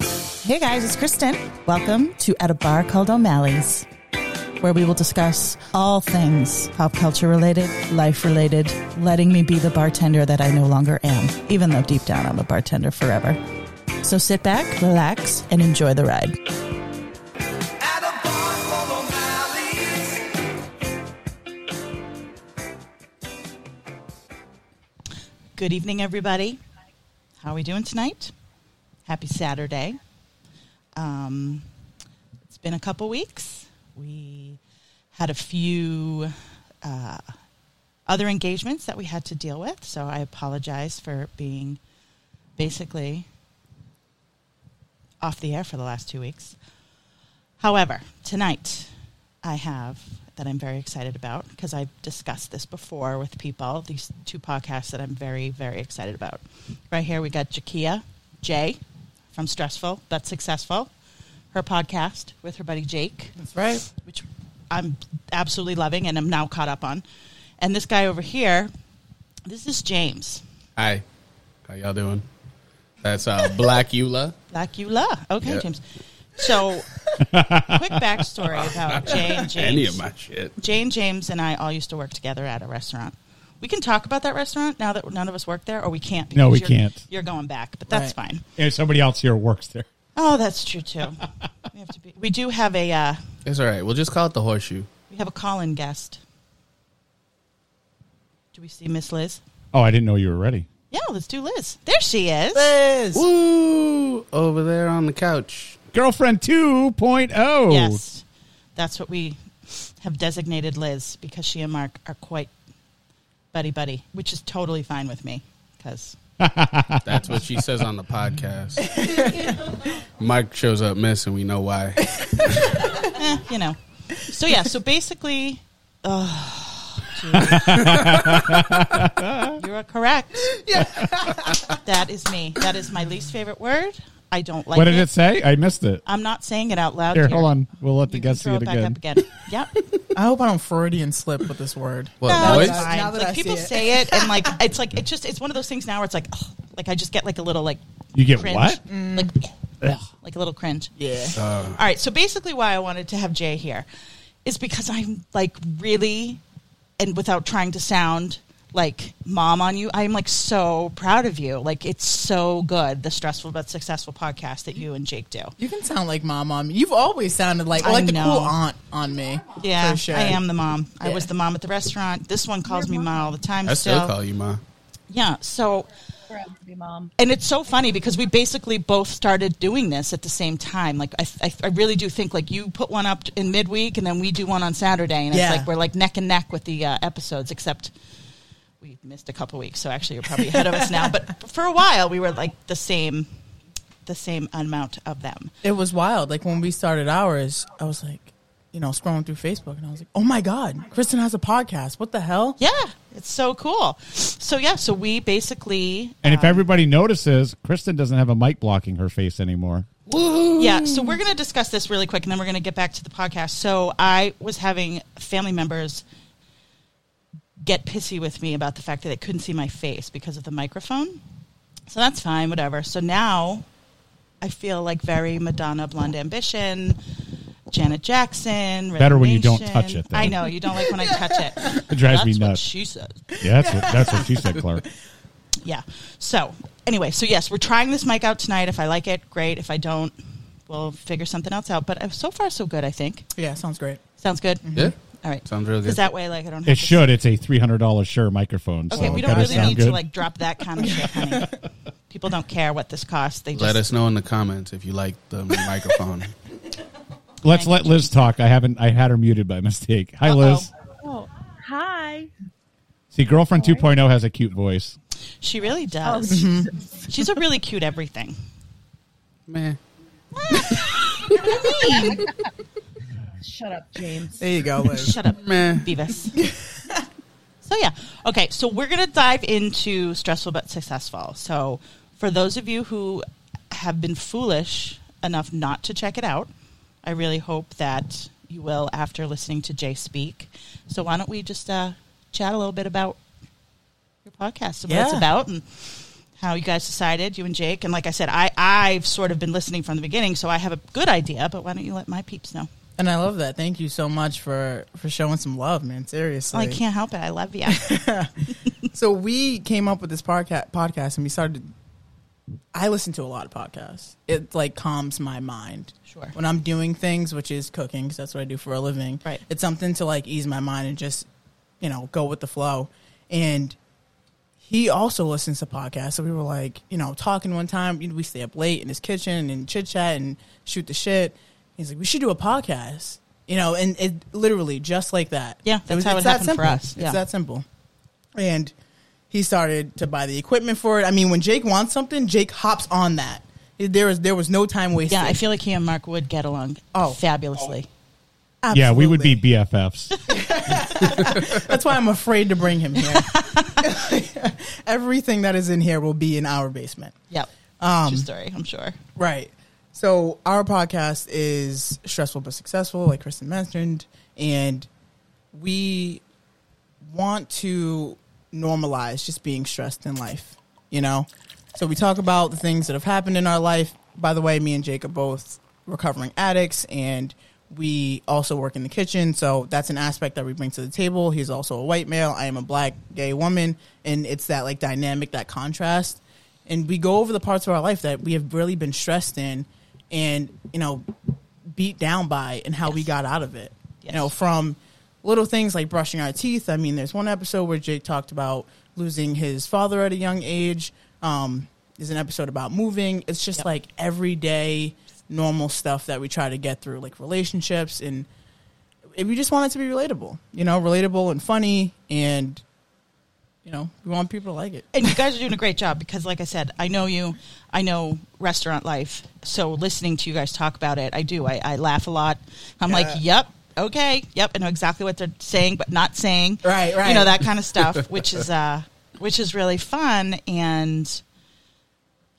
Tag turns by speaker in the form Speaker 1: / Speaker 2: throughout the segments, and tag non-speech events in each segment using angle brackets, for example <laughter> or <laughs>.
Speaker 1: Hey guys, it's Kristen. Welcome to At a Bar Called O'Malley's, where we will discuss all things pop culture related, life related, letting me be the bartender that I no longer am, even though deep down I'm a bartender forever. So sit back, relax, and enjoy the ride.
Speaker 2: At a bar called O'Malley's.
Speaker 1: Good evening, everybody. How are we doing tonight? Happy Saturday. Um, it's been a couple weeks. We had a few uh, other engagements that we had to deal with, so I apologize for being basically off the air for the last two weeks. However, tonight I have that I'm very excited about because I've discussed this before with people. These two podcasts that I'm very, very excited about. Right here, we got Jakia Jay from Stressful But Successful, her podcast with her buddy Jake,
Speaker 3: That's right.
Speaker 1: which I'm absolutely loving and I'm now caught up on. And this guy over here, this is James
Speaker 3: Hi. How y'all doing? That's uh, Black Eula.
Speaker 1: Black You Love. Okay,
Speaker 3: Yeah.
Speaker 1: James.
Speaker 3: <laughs>
Speaker 1: So, quick backstory about Jay and James.
Speaker 3: Any of my shit.
Speaker 1: Jane James and I all used to work together at a restaurant. We can talk about that restaurant now that none of us work there, or we can't.
Speaker 4: No, we
Speaker 1: because you're-
Speaker 4: can't.
Speaker 1: You're going back, but that's
Speaker 4: Right.
Speaker 1: fine.
Speaker 4: And somebody else here works there.
Speaker 1: Oh, that's true too. we have to be. We do have a uh,
Speaker 3: It's all right. We'll just call it the horseshoe.
Speaker 1: we have a call-in guest. Do we see Miss Liz?
Speaker 4: Oh, I didn't know you were ready.
Speaker 1: Yeah, let's do Liz. There she is.
Speaker 3: Woo! Over there on the couch.
Speaker 4: Girlfriend oh. 2.0.
Speaker 1: Yes, that's what we have designated Liz because she and Mark are quite buddy buddy, which is totally fine with me because
Speaker 3: That's what she says on the podcast. Mike shows up missing. We know why.
Speaker 1: you know. So yeah, so basically,
Speaker 5: <laughs>
Speaker 1: oh, geez. you are correct. that is me. That is my least favorite word. I don't like
Speaker 4: What did
Speaker 1: it.
Speaker 4: it say? I missed it.
Speaker 1: I'm not saying it out loud.
Speaker 4: Here, hold on. We'll let
Speaker 1: Uh,
Speaker 4: the
Speaker 1: You can
Speaker 4: guests see
Speaker 1: throw
Speaker 4: it
Speaker 1: it back
Speaker 4: again.
Speaker 1: up again.
Speaker 4: <laughs>
Speaker 1: Yep.
Speaker 5: I hope I don't Freudian slip with this word.
Speaker 3: What,
Speaker 1: No, it's
Speaker 3: voice?
Speaker 1: fine.
Speaker 5: Now that
Speaker 1: like
Speaker 5: I see
Speaker 1: people
Speaker 5: it.
Speaker 1: say it, and like it's like it's just it's one of those things now where it's like, ugh, like I just get like a little like
Speaker 4: You get
Speaker 1: cringe,
Speaker 4: what?
Speaker 5: Mm.
Speaker 1: like like a little cringe.
Speaker 5: Yeah.
Speaker 3: Uh,
Speaker 1: All right. So basically, why I wanted to have Jay here is because I'm like really, and without trying to sound like mom on you, I'm like so proud of you. Like it's so good, the stressful but successful podcast that you and Jake do.
Speaker 5: You can sound like mom on me. You've always sounded like
Speaker 1: I
Speaker 5: like the
Speaker 1: know.
Speaker 5: cool aunt on me.
Speaker 1: Yeah,
Speaker 5: for sure.
Speaker 1: I am the mom. I was
Speaker 5: Yeah.
Speaker 1: the mom at the restaurant. This one calls me mom all the time.
Speaker 3: I still call you ma.
Speaker 1: Yeah. So
Speaker 6: proud to be mom.
Speaker 1: and it's so funny because we basically both started doing this at the same time. Like I, I, I really do think like you put one up in midweek and then we do one on Saturday, and
Speaker 5: Yeah.
Speaker 1: it's like we're like neck and neck with the uh, episodes, except we missed a couple weeks, so actually you're probably ahead of us now. But for a while, we were like the same, the same amount of them.
Speaker 5: It was wild. Like when we started ours, I was like, you know, scrolling through Facebook, and I was like, oh my god, Kristen has a podcast. What the hell?
Speaker 1: Yeah, it's so cool. So yeah, so we basically
Speaker 4: And if everybody notices, Kristen doesn't have a mic blocking her face anymore.
Speaker 1: Yeah, so we're going to discuss this really quick, and then we're going to get back to the podcast. So I was having family members get pissy with me about the fact that they couldn't see my face because of the microphone. So that's fine, whatever. So now I feel like very Madonna, Blonde Ambition, Janet Jackson. Red
Speaker 4: Better when you don't
Speaker 1: Nation.
Speaker 4: touch it, though.
Speaker 1: I know you don't like when I touch it.
Speaker 4: It <laughs> drives
Speaker 1: that's
Speaker 4: me
Speaker 1: what
Speaker 4: nuts.
Speaker 1: she said.
Speaker 4: <laughs> Yeah, that's what, that's what she said,
Speaker 1: <laughs>
Speaker 4: Clark.
Speaker 1: Yeah. So anyway, so yes, we're trying this mic out tonight. If I like it, great. If I don't, we'll figure something else out. But uh, so far, so good. I think
Speaker 5: Yeah, sounds great.
Speaker 1: sounds good.
Speaker 3: Yeah?
Speaker 1: All right.
Speaker 3: Mm-hmm. Sounds real
Speaker 1: Because
Speaker 3: good.
Speaker 1: that way, like, I don't. Have
Speaker 4: It
Speaker 1: to-
Speaker 4: should. It's a $300 Sure microphone.
Speaker 1: Okay,
Speaker 4: so
Speaker 1: we
Speaker 4: it
Speaker 1: don't
Speaker 4: better
Speaker 1: really
Speaker 4: sound
Speaker 1: need
Speaker 4: good.
Speaker 1: to like drop that kind of shit, honey. People don't care what this costs. They just
Speaker 3: Let us know in the comments if you like the microphone.
Speaker 4: Let's let Liz talk. I haven't. I had her muted by <laughs> mistake. Hi,
Speaker 1: Uh-oh.
Speaker 4: Liz.
Speaker 6: Oh, hi.
Speaker 4: See, girlfriend 2.0 has a cute voice.
Speaker 1: She really
Speaker 6: Oh,
Speaker 1: does.
Speaker 6: Jesus.
Speaker 1: She's a really cute everything.
Speaker 3: Man.
Speaker 6: Shut up, James.
Speaker 5: There you go, Liz.
Speaker 1: Shut up,
Speaker 3: Meh.
Speaker 1: Beavis. <laughs> so yeah, okay. So we're gonna dive into stressful but successful. So for those of you who have been foolish enough not to check it out, I really hope that you will after listening to Jay speak. So why don't we just uh, chat a little bit about your podcast and what it's
Speaker 5: Yeah.
Speaker 1: about and how you guys decided, you and Jake. And like I said, I, I've sort of been listening from the beginning, so I have a good idea, but why don't you let my peeps know?
Speaker 5: <laughs> And I love that. Thank you so much for for showing some love, man. Seriously.
Speaker 1: I can't help it. I love <laughs> you.
Speaker 5: So we came up with this podcast podcast and we started I listen to a lot of podcasts. It like calms my mind.
Speaker 1: Sure.
Speaker 5: When I'm doing things, which is cooking, because that's what I do for a living.
Speaker 1: Right.
Speaker 5: It's something to like ease my mind and just, you know, go with the flow. And he also listens to podcasts. So we were like, you know, talking one time. you know, We stay up late in his kitchen and chit chat and shoot the shit. He's like, we should do a podcast. You know, and it literally just like that.
Speaker 1: Yeah,
Speaker 5: It
Speaker 1: that's
Speaker 5: was-
Speaker 1: how it
Speaker 5: it's that
Speaker 1: happened for
Speaker 5: simple.
Speaker 1: us. Yeah.
Speaker 5: It's that simple. And he started to buy the equipment for it. I mean, when Jake wants something, Jake hops on that. There is there was no time wasted.
Speaker 1: yeah, I feel like he and Mark would get along
Speaker 5: Oh.
Speaker 1: fabulously.
Speaker 4: Yeah, we would be
Speaker 5: Absolutely.
Speaker 4: BFFs.
Speaker 5: That's why I'm afraid to bring
Speaker 1: <laughs>
Speaker 5: him here. <laughs> Everything that is in here will be in our basement.
Speaker 1: Yep. True story, I'm sure.
Speaker 5: Right. So our podcast is stressful but successful, like Kristen mentioned, and we want to normalize just being stressed in life. You know, so we talk about the things that have happened in our life. By the way, me and Jake are both recovering addicts, and we also work in the kitchen. So that's an aspect that we bring to the table. He's also a white male. I am a black gay woman, and it's that like dynamic, that contrast and we go over the parts of our life that we have really been stressed in and you know beat down by and how we got out of it
Speaker 1: Yes.
Speaker 5: you know from little things like brushing our teeth i mean there's one episode where jake talked about losing his father at a young age um, there's an episode about moving it's just
Speaker 1: Yep.
Speaker 5: like everyday normal stuff that we try to get through like relationships and and we just want it to be relatable you know relatable and funny and you know we want people to like it
Speaker 1: and you guys are doing a great job because like i said i know you i know restaurant life so listening to you guys talk about it i do i, I laugh a lot i'm like yep okay yep i know exactly what they're saying but not saying
Speaker 5: Right,
Speaker 1: you
Speaker 5: right.
Speaker 1: know that kind of stuff which is uh which is really fun and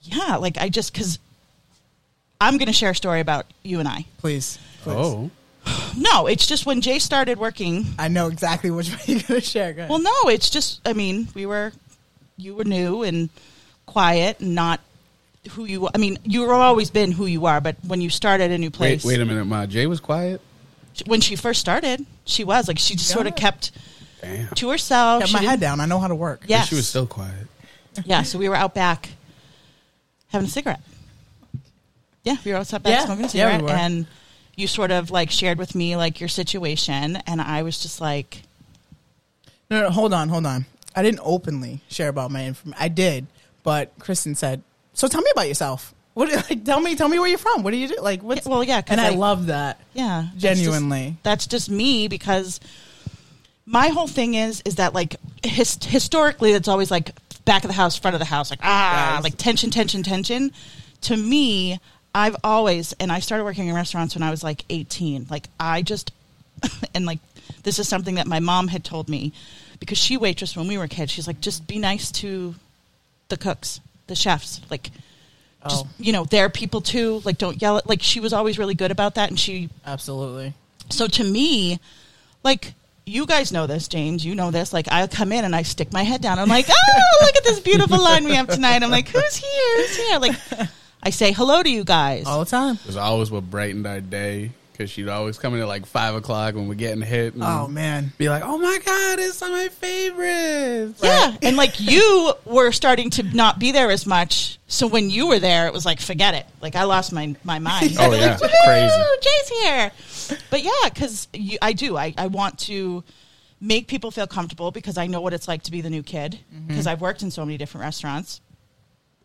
Speaker 1: yeah like i just because i'm going to share a story about you and i
Speaker 5: please please
Speaker 3: Oh,
Speaker 1: no it's just when jay started working
Speaker 5: I know exactly which <laughs> one you're gonna share. Go ahead.
Speaker 1: Well, no, it's just I mean, we were you were new and quiet and not who you I mean, you were always been who you are, but when you start at a new
Speaker 3: wait,
Speaker 1: place
Speaker 3: wait a minute. My Jay was quiet.
Speaker 1: when she first started, she was like she just sort of
Speaker 5: Yeah.
Speaker 1: kept
Speaker 3: Damn.
Speaker 1: to herself.
Speaker 5: Got
Speaker 1: She
Speaker 5: my head
Speaker 1: didn't-
Speaker 5: down. I know how to work.
Speaker 1: Yes.
Speaker 3: She was still quiet.
Speaker 1: yeah, so we were out back having a cigarette. Yeah, we were outside back
Speaker 5: Yeah.
Speaker 1: smoking a
Speaker 5: Yeah, we
Speaker 1: cigarette
Speaker 5: were.
Speaker 1: and you sort of like shared with me like your situation and I was just like
Speaker 5: No, no, hold on, hold on. I didn't openly share about my information. I did, but Kristen said, "So tell me about yourself. What? <laughs> Like, tell me, tell me where you're from. What do you do? Like, what's
Speaker 1: Yeah, well, yeah, 'cause,
Speaker 5: And I
Speaker 1: like-
Speaker 5: love that.
Speaker 1: Yeah, that's just-
Speaker 5: Genuinely.
Speaker 1: That's just, me because my whole thing is is that like his, historically, it's always like back of the house, front of the house, like ah,
Speaker 5: Yes.
Speaker 1: like tension, tension, tension. To me, I've always and I started working in restaurants when I was like eighteen. Like I just <laughs> and like this is something that my mom had told me because she waitressed when we were kids. She's like, just be nice to the cooks, the chefs, like just
Speaker 5: Oh.
Speaker 1: you know, they're people too. Like don't yell at like she was always really good about that and she
Speaker 5: Absolutely.
Speaker 1: so to me, like you guys know this, James, you know this. Like I'll come in and I stick my head down. I'm like, oh, look at this beautiful line we have tonight. I'm like, who's here? Who's here? Like I say hello to you guys.
Speaker 5: All the time.
Speaker 3: It was always what brightened our day because she'd always come in at like five o'clock when we're getting hit. And
Speaker 5: Oh man.
Speaker 3: Be like, oh my god, it's one of my favorites.
Speaker 1: yeah, and like you were starting to not be there as much. So when you were there, it was like forget it. Like I lost my my mind.
Speaker 3: <laughs> Oh yeah, crazy.
Speaker 1: Woo, Jay's here. But yeah, because I do. I, I want to make people feel comfortable because I know what it's like to be the new kid
Speaker 3: Mm-hmm.
Speaker 1: because I've worked in so many different restaurants.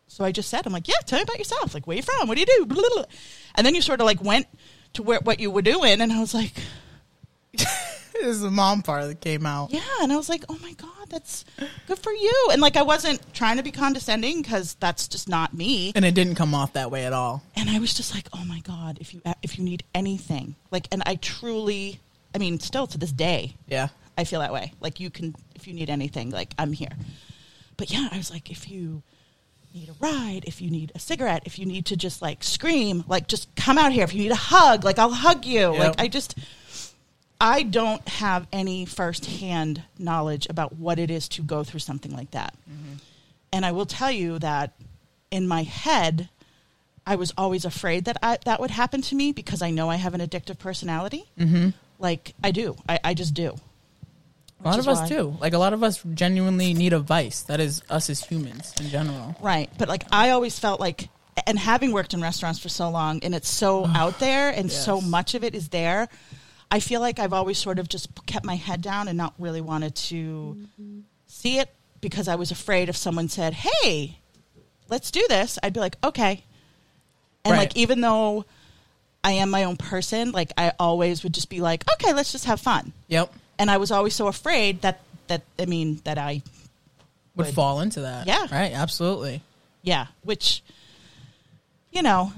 Speaker 1: So I just said, I'm like, yeah, tell me about yourself. Like, where you from? What do you do? Blah, blah, blah. And then you sort of like went to where what you were doing, and I was like,
Speaker 5: This is the mom part that came out.
Speaker 1: yeah, and I was like, oh my god, that's good for you. And like, I wasn't trying to be condescending because that's just not me.
Speaker 5: And it didn't come off that way at all.
Speaker 1: and I was just like, "Oh my god, if you if you need anything, like," and I truly, I mean, still to this day,
Speaker 5: Yeah.
Speaker 1: I feel that way. Like, you can if you need anything, like I'm here. But yeah, I was like, if you need a ride, if you need a cigarette, if you need to just like scream, like just come out here. If you need a hug, like I'll hug you.
Speaker 5: Yep.
Speaker 1: Like I just. I don't have any firsthand knowledge about what it is to go through something like that. And I will tell you that in my head, I was always afraid that I, that would happen to me because I know I have an addictive personality. Mm-hmm. Like I do, I, I just do.
Speaker 5: A lot
Speaker 1: Which
Speaker 5: of
Speaker 1: is
Speaker 5: us
Speaker 1: why-
Speaker 5: do. Like a lot of us genuinely need a vice. That is us as humans in general.
Speaker 1: Right. But like I always felt like and having worked in restaurants for so long and it's so out there and so
Speaker 5: Yes.
Speaker 1: much of it is there, I feel like I've always sort of just kept my head down and not really wanted to see it because I was afraid if someone said, "Hey, let's do this." I'd be like, "Okay." And
Speaker 5: Right.
Speaker 1: like even though I am my own person, like I always would just be like, "Okay, let's just have fun."
Speaker 5: Yep.
Speaker 1: And I was always so afraid that that I mean that I
Speaker 5: Would
Speaker 1: Would-
Speaker 5: fall into that.
Speaker 1: Yeah.
Speaker 5: Right. Absolutely.
Speaker 1: Yeah, which you know,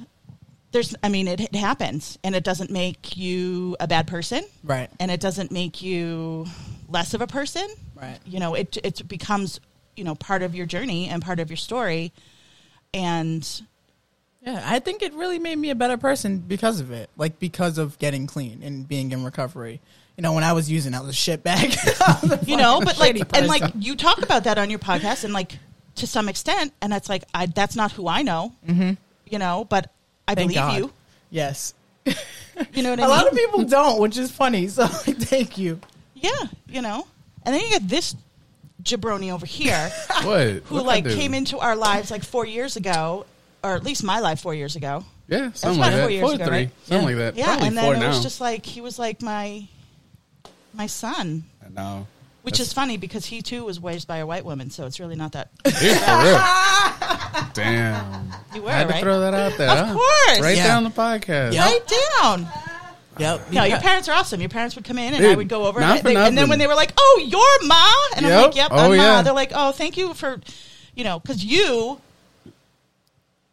Speaker 1: there's I mean it, it happens and it doesn't make you a bad person
Speaker 5: Right.
Speaker 1: and it doesn't make you less of a person.
Speaker 5: Right.
Speaker 1: You know, it it becomes, you know, part of your journey and part of your story and
Speaker 5: Yeah. I think it really made me a better person because of it. Like because of getting clean and being in recovery. You know, when I was using, I was a shit bag. <laughs> I was a
Speaker 1: you know,
Speaker 5: fucking
Speaker 1: but like
Speaker 5: shitty
Speaker 1: and
Speaker 5: person.
Speaker 1: like you talk about that on your podcast and like to some extent and that's like I that's not who I know. Mm-hmm. You know, but I
Speaker 5: Thank
Speaker 1: believe
Speaker 5: God.
Speaker 1: you.
Speaker 5: Yes.
Speaker 1: You know what I
Speaker 5: A
Speaker 1: mean?
Speaker 5: lot of people don't, which is funny. <laughs> So thank you.
Speaker 1: Yeah, you know. And then you get this jabroni over here
Speaker 5: <laughs>
Speaker 3: What?
Speaker 1: who
Speaker 3: What'd I
Speaker 1: like
Speaker 3: do?
Speaker 1: came into our lives like four years ago, or at least my life four years ago.
Speaker 3: Yeah, something
Speaker 1: about four
Speaker 3: like that.
Speaker 1: years
Speaker 3: Four,
Speaker 1: ago,
Speaker 3: three,
Speaker 1: right?
Speaker 3: something
Speaker 5: Yeah.
Speaker 3: like that.
Speaker 1: Yeah,
Speaker 3: Probably
Speaker 1: and
Speaker 3: four
Speaker 1: then it
Speaker 3: now.
Speaker 1: was just like he was like my my son.
Speaker 3: no,
Speaker 1: Which is funny because he too was raised by a white woman, so it's really not that <laughs>
Speaker 3: Dude, <laughs> for real. Damn,
Speaker 1: you were
Speaker 3: I had to
Speaker 1: right.
Speaker 3: throw that out there. Of
Speaker 1: course.
Speaker 3: right
Speaker 5: Yeah.
Speaker 3: down the podcast.
Speaker 5: Yeah.
Speaker 1: Right down.
Speaker 5: Yep.
Speaker 1: No, your parents are awesome. Your parents would come in, and I
Speaker 3: Dude,
Speaker 1: would go over,
Speaker 3: not
Speaker 1: and, I-
Speaker 3: for
Speaker 1: they- and then
Speaker 3: nothing.
Speaker 1: when they were like, "Oh, your ma," and I'm
Speaker 3: Yep.
Speaker 1: like, "Yep,
Speaker 3: Oh,
Speaker 1: I'm ma."
Speaker 3: yeah.
Speaker 1: They're like, "Oh, thank you for, you know, because you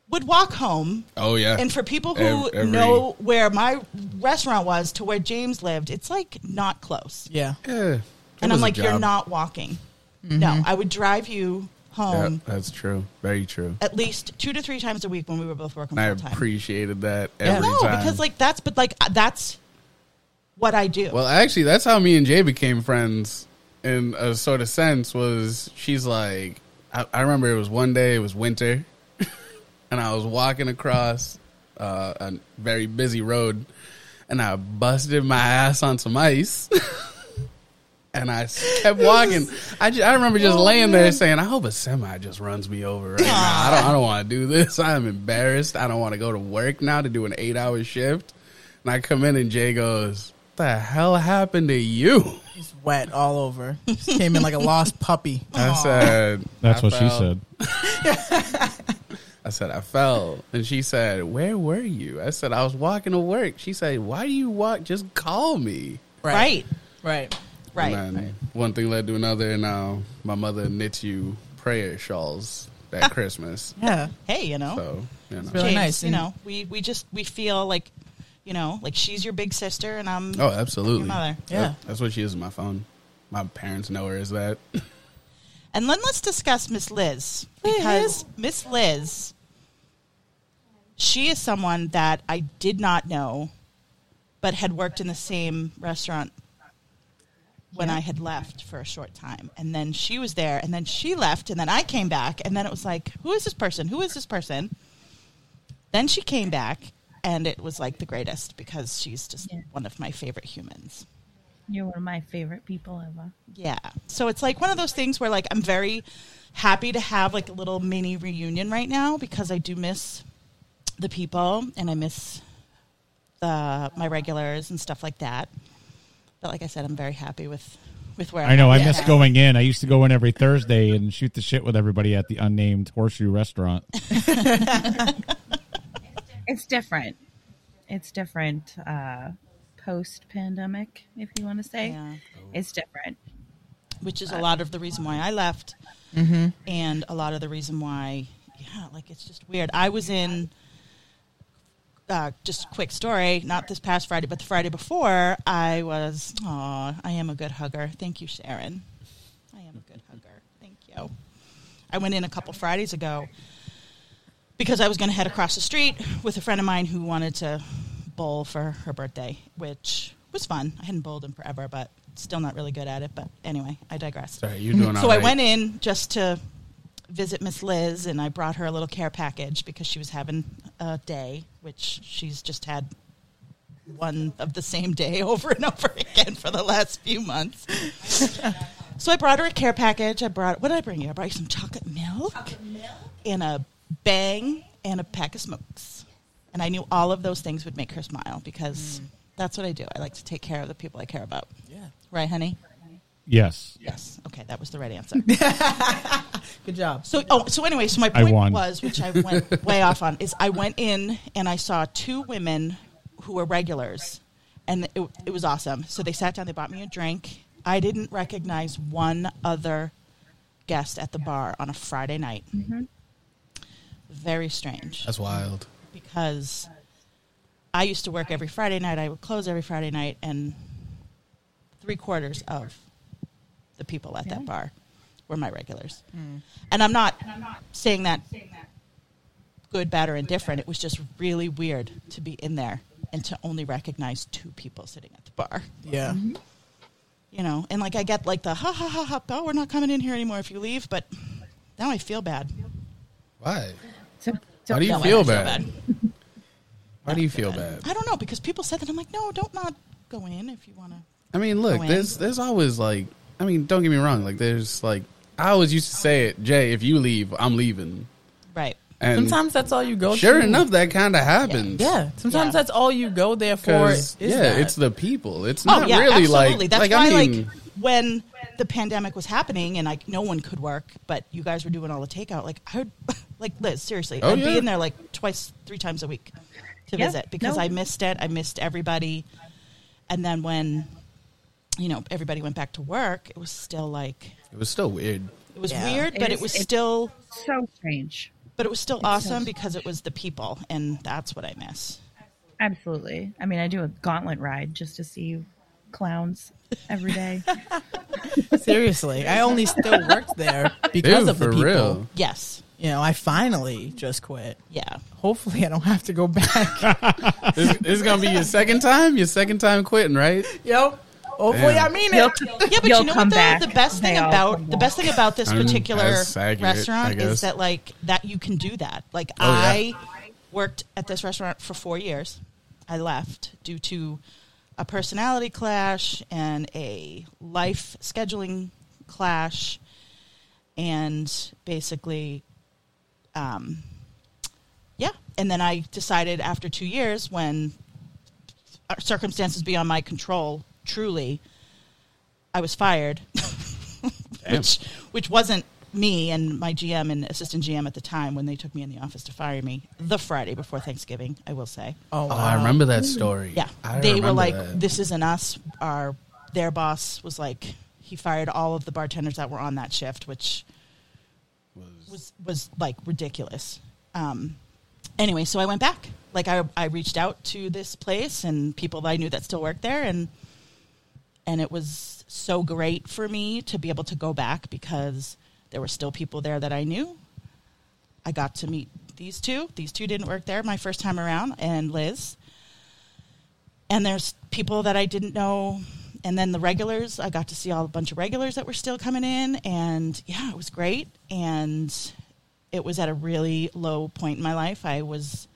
Speaker 1: would walk home
Speaker 3: Oh yeah. <laughs>
Speaker 1: And for people who
Speaker 3: Ev- every-
Speaker 1: know where my restaurant was to where James lived, it's like not close.
Speaker 5: Yeah.
Speaker 3: Yeah, it
Speaker 1: and
Speaker 3: was
Speaker 1: I'm
Speaker 3: a
Speaker 1: like, you're
Speaker 3: job.
Speaker 1: not walking.
Speaker 5: Mm-hmm.
Speaker 1: No, I would drive you
Speaker 3: Yeah,
Speaker 1: home
Speaker 3: that's true. Very true.
Speaker 1: at least two to three times a week when we were both working
Speaker 3: And I
Speaker 1: full time.
Speaker 3: appreciated that
Speaker 5: Yeah.
Speaker 3: every
Speaker 1: no,
Speaker 3: time.
Speaker 1: because like that's but like uh, that's what I do.
Speaker 3: Well, actually, that's how me and Jay became friends in a sort of sense. Was she's like, I, I remember it was one day, it was winter, <laughs> and I was walking across uh, a very busy road, and I busted my ass on some ice. And I s- kept walking. I, ju- I remember just laying
Speaker 1: Oh.
Speaker 3: there saying, "I hope a semi just runs me over right now. I don't. I don't want to do this. I'm embarrassed. I don't want to go to work now to do an eight hour shift." And I come in, and Jay goes, "The hell happened to you?"
Speaker 5: He's wet all over. Just came in like a <laughs> lost puppy.
Speaker 3: I said,
Speaker 4: That's
Speaker 3: I
Speaker 4: what she
Speaker 3: fell.
Speaker 4: said.
Speaker 3: I said, I fell. And she said, Where were you? I said, I was walking to work. She said, Why do you walk? Just call me.
Speaker 1: right,
Speaker 5: Right.
Speaker 1: right.
Speaker 3: And then one thing led to another. And now my mother knits you prayer shawls
Speaker 1: <laughs>
Speaker 3: that Christmas.
Speaker 5: Yeah.
Speaker 1: Hey, you know,
Speaker 3: So, you know.
Speaker 5: Oh. really
Speaker 1: James,
Speaker 5: nice,
Speaker 1: You
Speaker 5: and-
Speaker 1: know, we we just we feel like you know like she's your big sister, and I'm
Speaker 3: Oh,
Speaker 1: Your
Speaker 3: absolutely.
Speaker 1: mother.
Speaker 5: Yeah.
Speaker 3: That's what she is in my phone. My parents know her as that.
Speaker 1: And then let's discuss Miss Liz because Miss Liz, she is someone that I did not know, but had worked in the same restaurant when I had left for a short time, and then she was there, and then she left, and then I came back, and then it was like, who is this person? Who is this person? Then she came back, and it was like the greatest because she's just
Speaker 6: Yeah.
Speaker 1: one of my favorite humans.
Speaker 6: You're one of my favorite people ever.
Speaker 1: Yeah. So it's like one of those things where like I'm very happy to have like a little mini reunion right now because I do miss the people and I miss the my regulars and stuff like that. But like I said, I'm very happy with with where
Speaker 4: I know.
Speaker 1: I'm
Speaker 4: I
Speaker 1: at
Speaker 4: miss
Speaker 1: now.
Speaker 4: going in. I used to go in every Thursday and shoot the shit with everybody at the unnamed
Speaker 1: <laughs>
Speaker 4: Horseshoe Restaurant.
Speaker 6: It's different. It's different uh, post pandemic, if you want to say.
Speaker 1: Yeah.
Speaker 6: It's different.
Speaker 1: which is a lot of the reason why I left, and a lot of the reason why, yeah, like it's just weird. I was in, uh, just quick story, not this past Friday, but the Friday before, I was, aw, I am a good hugger. Thank you, Sharon. I am a good hugger. Thank you. Oh. I went in a couple Fridays ago because I was going to head across the street with a friend of mine who wanted to bowl for her birthday, which was fun. I hadn't bowled in forever, but still not really good at it. But anyway, I digress.
Speaker 3: Sorry, you're doing all
Speaker 1: So I
Speaker 3: right.
Speaker 1: went in just to visit Miss Liz, and I brought her a little care package because she was having a day, which she's just had one of the same day <laughs> over and over again for the last few months. so I brought her a care package. I brought what did I bring you? I brought you some chocolate milk, and a bang and a pack of smokes. And I knew all of those things would make her smile because that's what I do. I like to take care of the people I care about.
Speaker 5: Yeah.
Speaker 1: Right, honey?
Speaker 4: Yes.
Speaker 1: Yes. Okay, that was the right answer.
Speaker 5: Good job.
Speaker 1: So oh, so anyway, so my
Speaker 4: I
Speaker 1: point
Speaker 4: won.
Speaker 1: was, which I
Speaker 4: <laughs>
Speaker 1: went way off on, is I went in and I saw two women who were regulars, and it, it was awesome. So they sat down, they bought me a drink. I didn't recognize one other guest at the bar on a Friday night. Very strange
Speaker 3: That's wild.
Speaker 1: because I used to work every Friday night. I would close every Friday night, and three quarters of the people at that bar were my regulars. And I'm not saying that good, bad, or indifferent. It was just really weird to be in there and to only recognize two people sitting at the bar.
Speaker 5: Yeah.
Speaker 1: You know, and like I get like the ha ha ha ha, oh, we're not coming in here anymore if you leave, but now I feel bad.
Speaker 3: Why?
Speaker 6: So, so
Speaker 3: Why do you
Speaker 1: No, I
Speaker 3: feel
Speaker 1: don't
Speaker 3: bad? Why do you feel bad?
Speaker 1: I don't know because people said that. I'm like, no, don't not go in if you want to.
Speaker 3: I mean, look,
Speaker 1: Go in.
Speaker 3: there's there's always like, I mean, don't get me wrong, like there's like, I always used to say it, Jay, if you leave, I'm leaving.
Speaker 1: Right.
Speaker 3: And
Speaker 5: Sometimes that's all you go.
Speaker 3: sure
Speaker 5: to.
Speaker 3: enough, that kind of happens.
Speaker 5: Yeah. Sometimes
Speaker 1: Yeah.
Speaker 5: that's all you go there for. Is
Speaker 3: 'Cause, yeah,
Speaker 5: that.
Speaker 3: it's the people. It's
Speaker 1: Oh
Speaker 3: not
Speaker 1: yeah,
Speaker 3: really
Speaker 1: absolutely.
Speaker 3: like
Speaker 1: That's
Speaker 3: like
Speaker 1: why
Speaker 3: I mean,
Speaker 1: like when the pandemic was happening and like no one could work, but you guys were doing all the takeout. Like I would, <laughs> like Liz, seriously,
Speaker 3: Oh,
Speaker 1: I'd
Speaker 3: yeah.
Speaker 1: be in there like twice, three times a week to
Speaker 6: Yeah,
Speaker 1: visit because
Speaker 6: no.
Speaker 1: I missed it. I missed everybody, and then when you know everybody went back to work, it was still like
Speaker 3: it was still weird.
Speaker 1: it was
Speaker 5: Yeah.
Speaker 1: weird,
Speaker 6: It
Speaker 1: but
Speaker 6: is-
Speaker 1: it was
Speaker 6: it's-
Speaker 1: still
Speaker 6: so strange.
Speaker 1: but it was still awesome because it was the people, and that's what I miss.
Speaker 6: Absolutely. I mean, I do a gauntlet ride just to see clowns
Speaker 1: <laughs>
Speaker 6: every day.
Speaker 5: Seriously, I only still worked
Speaker 3: <laughs>
Speaker 5: there because
Speaker 3: Dude,
Speaker 5: of the
Speaker 3: for
Speaker 5: people.
Speaker 3: real.
Speaker 1: Yes,
Speaker 5: You know, I finally just quit.
Speaker 1: yeah,
Speaker 5: Hopefully, I don't have to go back.
Speaker 3: this, this is gonna be your second time. Your second time quitting, right?
Speaker 5: yep. Hopefully,
Speaker 3: Damn.
Speaker 5: I mean
Speaker 6: You'll-
Speaker 5: it.
Speaker 1: Yeah, but
Speaker 6: you'll
Speaker 1: you know
Speaker 6: come
Speaker 1: what
Speaker 6: back.
Speaker 1: though? The best
Speaker 6: They
Speaker 1: thing
Speaker 6: all
Speaker 1: about
Speaker 6: come
Speaker 1: the best
Speaker 6: back.
Speaker 1: thing about this
Speaker 3: I mean,
Speaker 1: particular
Speaker 3: that's accurate, I
Speaker 1: restaurant
Speaker 3: guess.
Speaker 1: is that like that you can do that. Like
Speaker 3: Oh, yeah.
Speaker 1: I worked at this restaurant for four years. I left due to a personality clash and a life scheduling clash, and basically, um, yeah. And then I decided after two years when uh, circumstances beyond my control, truly, I was fired, <laughs> which which wasn't me and my GM and assistant GM at the time when they took me in the office to fire me the Friday before Thanksgiving. I will say,
Speaker 5: Oh,
Speaker 3: Oh, I
Speaker 5: wow.
Speaker 3: remember that story.
Speaker 1: yeah,
Speaker 3: I
Speaker 1: they were
Speaker 3: remember
Speaker 1: like,
Speaker 3: that.
Speaker 1: "This isn't us." Our their boss was like, he fired all of the bartenders that were on that shift, which was was like ridiculous. Um, anyway, so I went back. Like I I reached out to this place and people that I knew that still worked there, and and it was so great for me to be able to go back because there were still people there that I knew. I got to meet these two. These two didn't work there my first time around, and Liz. And there's people that I didn't know. And then the regulars, I got to see all a bunch of regulars that were still coming in. And yeah, it was great. And it was at a really low point in my life. I was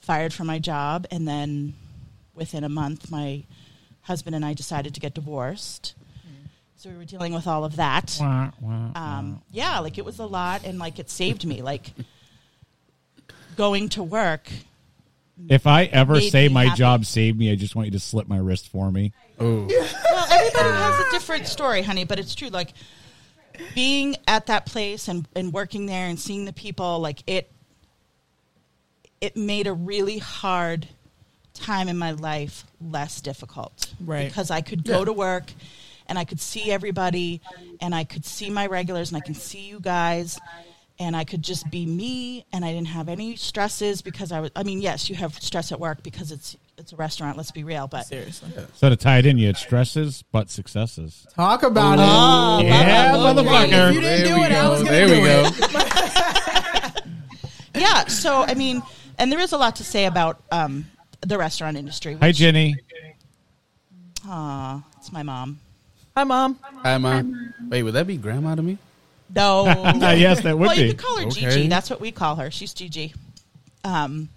Speaker 1: fired from my job. And then within a month, my husband and I decided to get divorced. So we were dealing with all of that um, yeah, like it was a lot, and like it saved me. Like going to work,
Speaker 4: If I ever
Speaker 1: Made
Speaker 4: say
Speaker 1: me
Speaker 4: my
Speaker 1: happy.
Speaker 4: job saved me, I just want you to slip my wrist for me.
Speaker 1: well, everybody has a different story, honey, but it's true. Like being at that place and, and working there and seeing the people, like it it made a really hard time in my life less difficult.
Speaker 5: Right.
Speaker 1: Because I could go to work and I could see everybody and I could see my regulars and I can see you guys and I could just be me and I didn't have any stresses because I was I mean, yes, you have stress at work because it's it's a restaurant, let's be real, but
Speaker 5: Seriously,
Speaker 4: So to tie it in, you had stresses but successes.
Speaker 5: talk about it.
Speaker 1: Oh,
Speaker 4: yeah,
Speaker 5: If you
Speaker 4: motherfucker.
Speaker 5: didn't
Speaker 3: There
Speaker 5: do
Speaker 3: we
Speaker 5: it, I
Speaker 3: go.
Speaker 5: was gonna
Speaker 3: There
Speaker 5: do
Speaker 3: we go.
Speaker 5: it.
Speaker 1: yeah. So I mean, and there is a lot to say about um, the restaurant industry.
Speaker 4: Hi, Jenny.
Speaker 1: Aw, it's my mom.
Speaker 5: Hi, mom.
Speaker 3: Hi, mom. Wait, would that be grandma to me?
Speaker 4: <laughs>
Speaker 1: No.
Speaker 4: Uh, yes, that would
Speaker 1: well,
Speaker 4: be.
Speaker 1: you could call her
Speaker 3: Okay.
Speaker 1: Gigi. That's what we call her. She's Gigi. Um,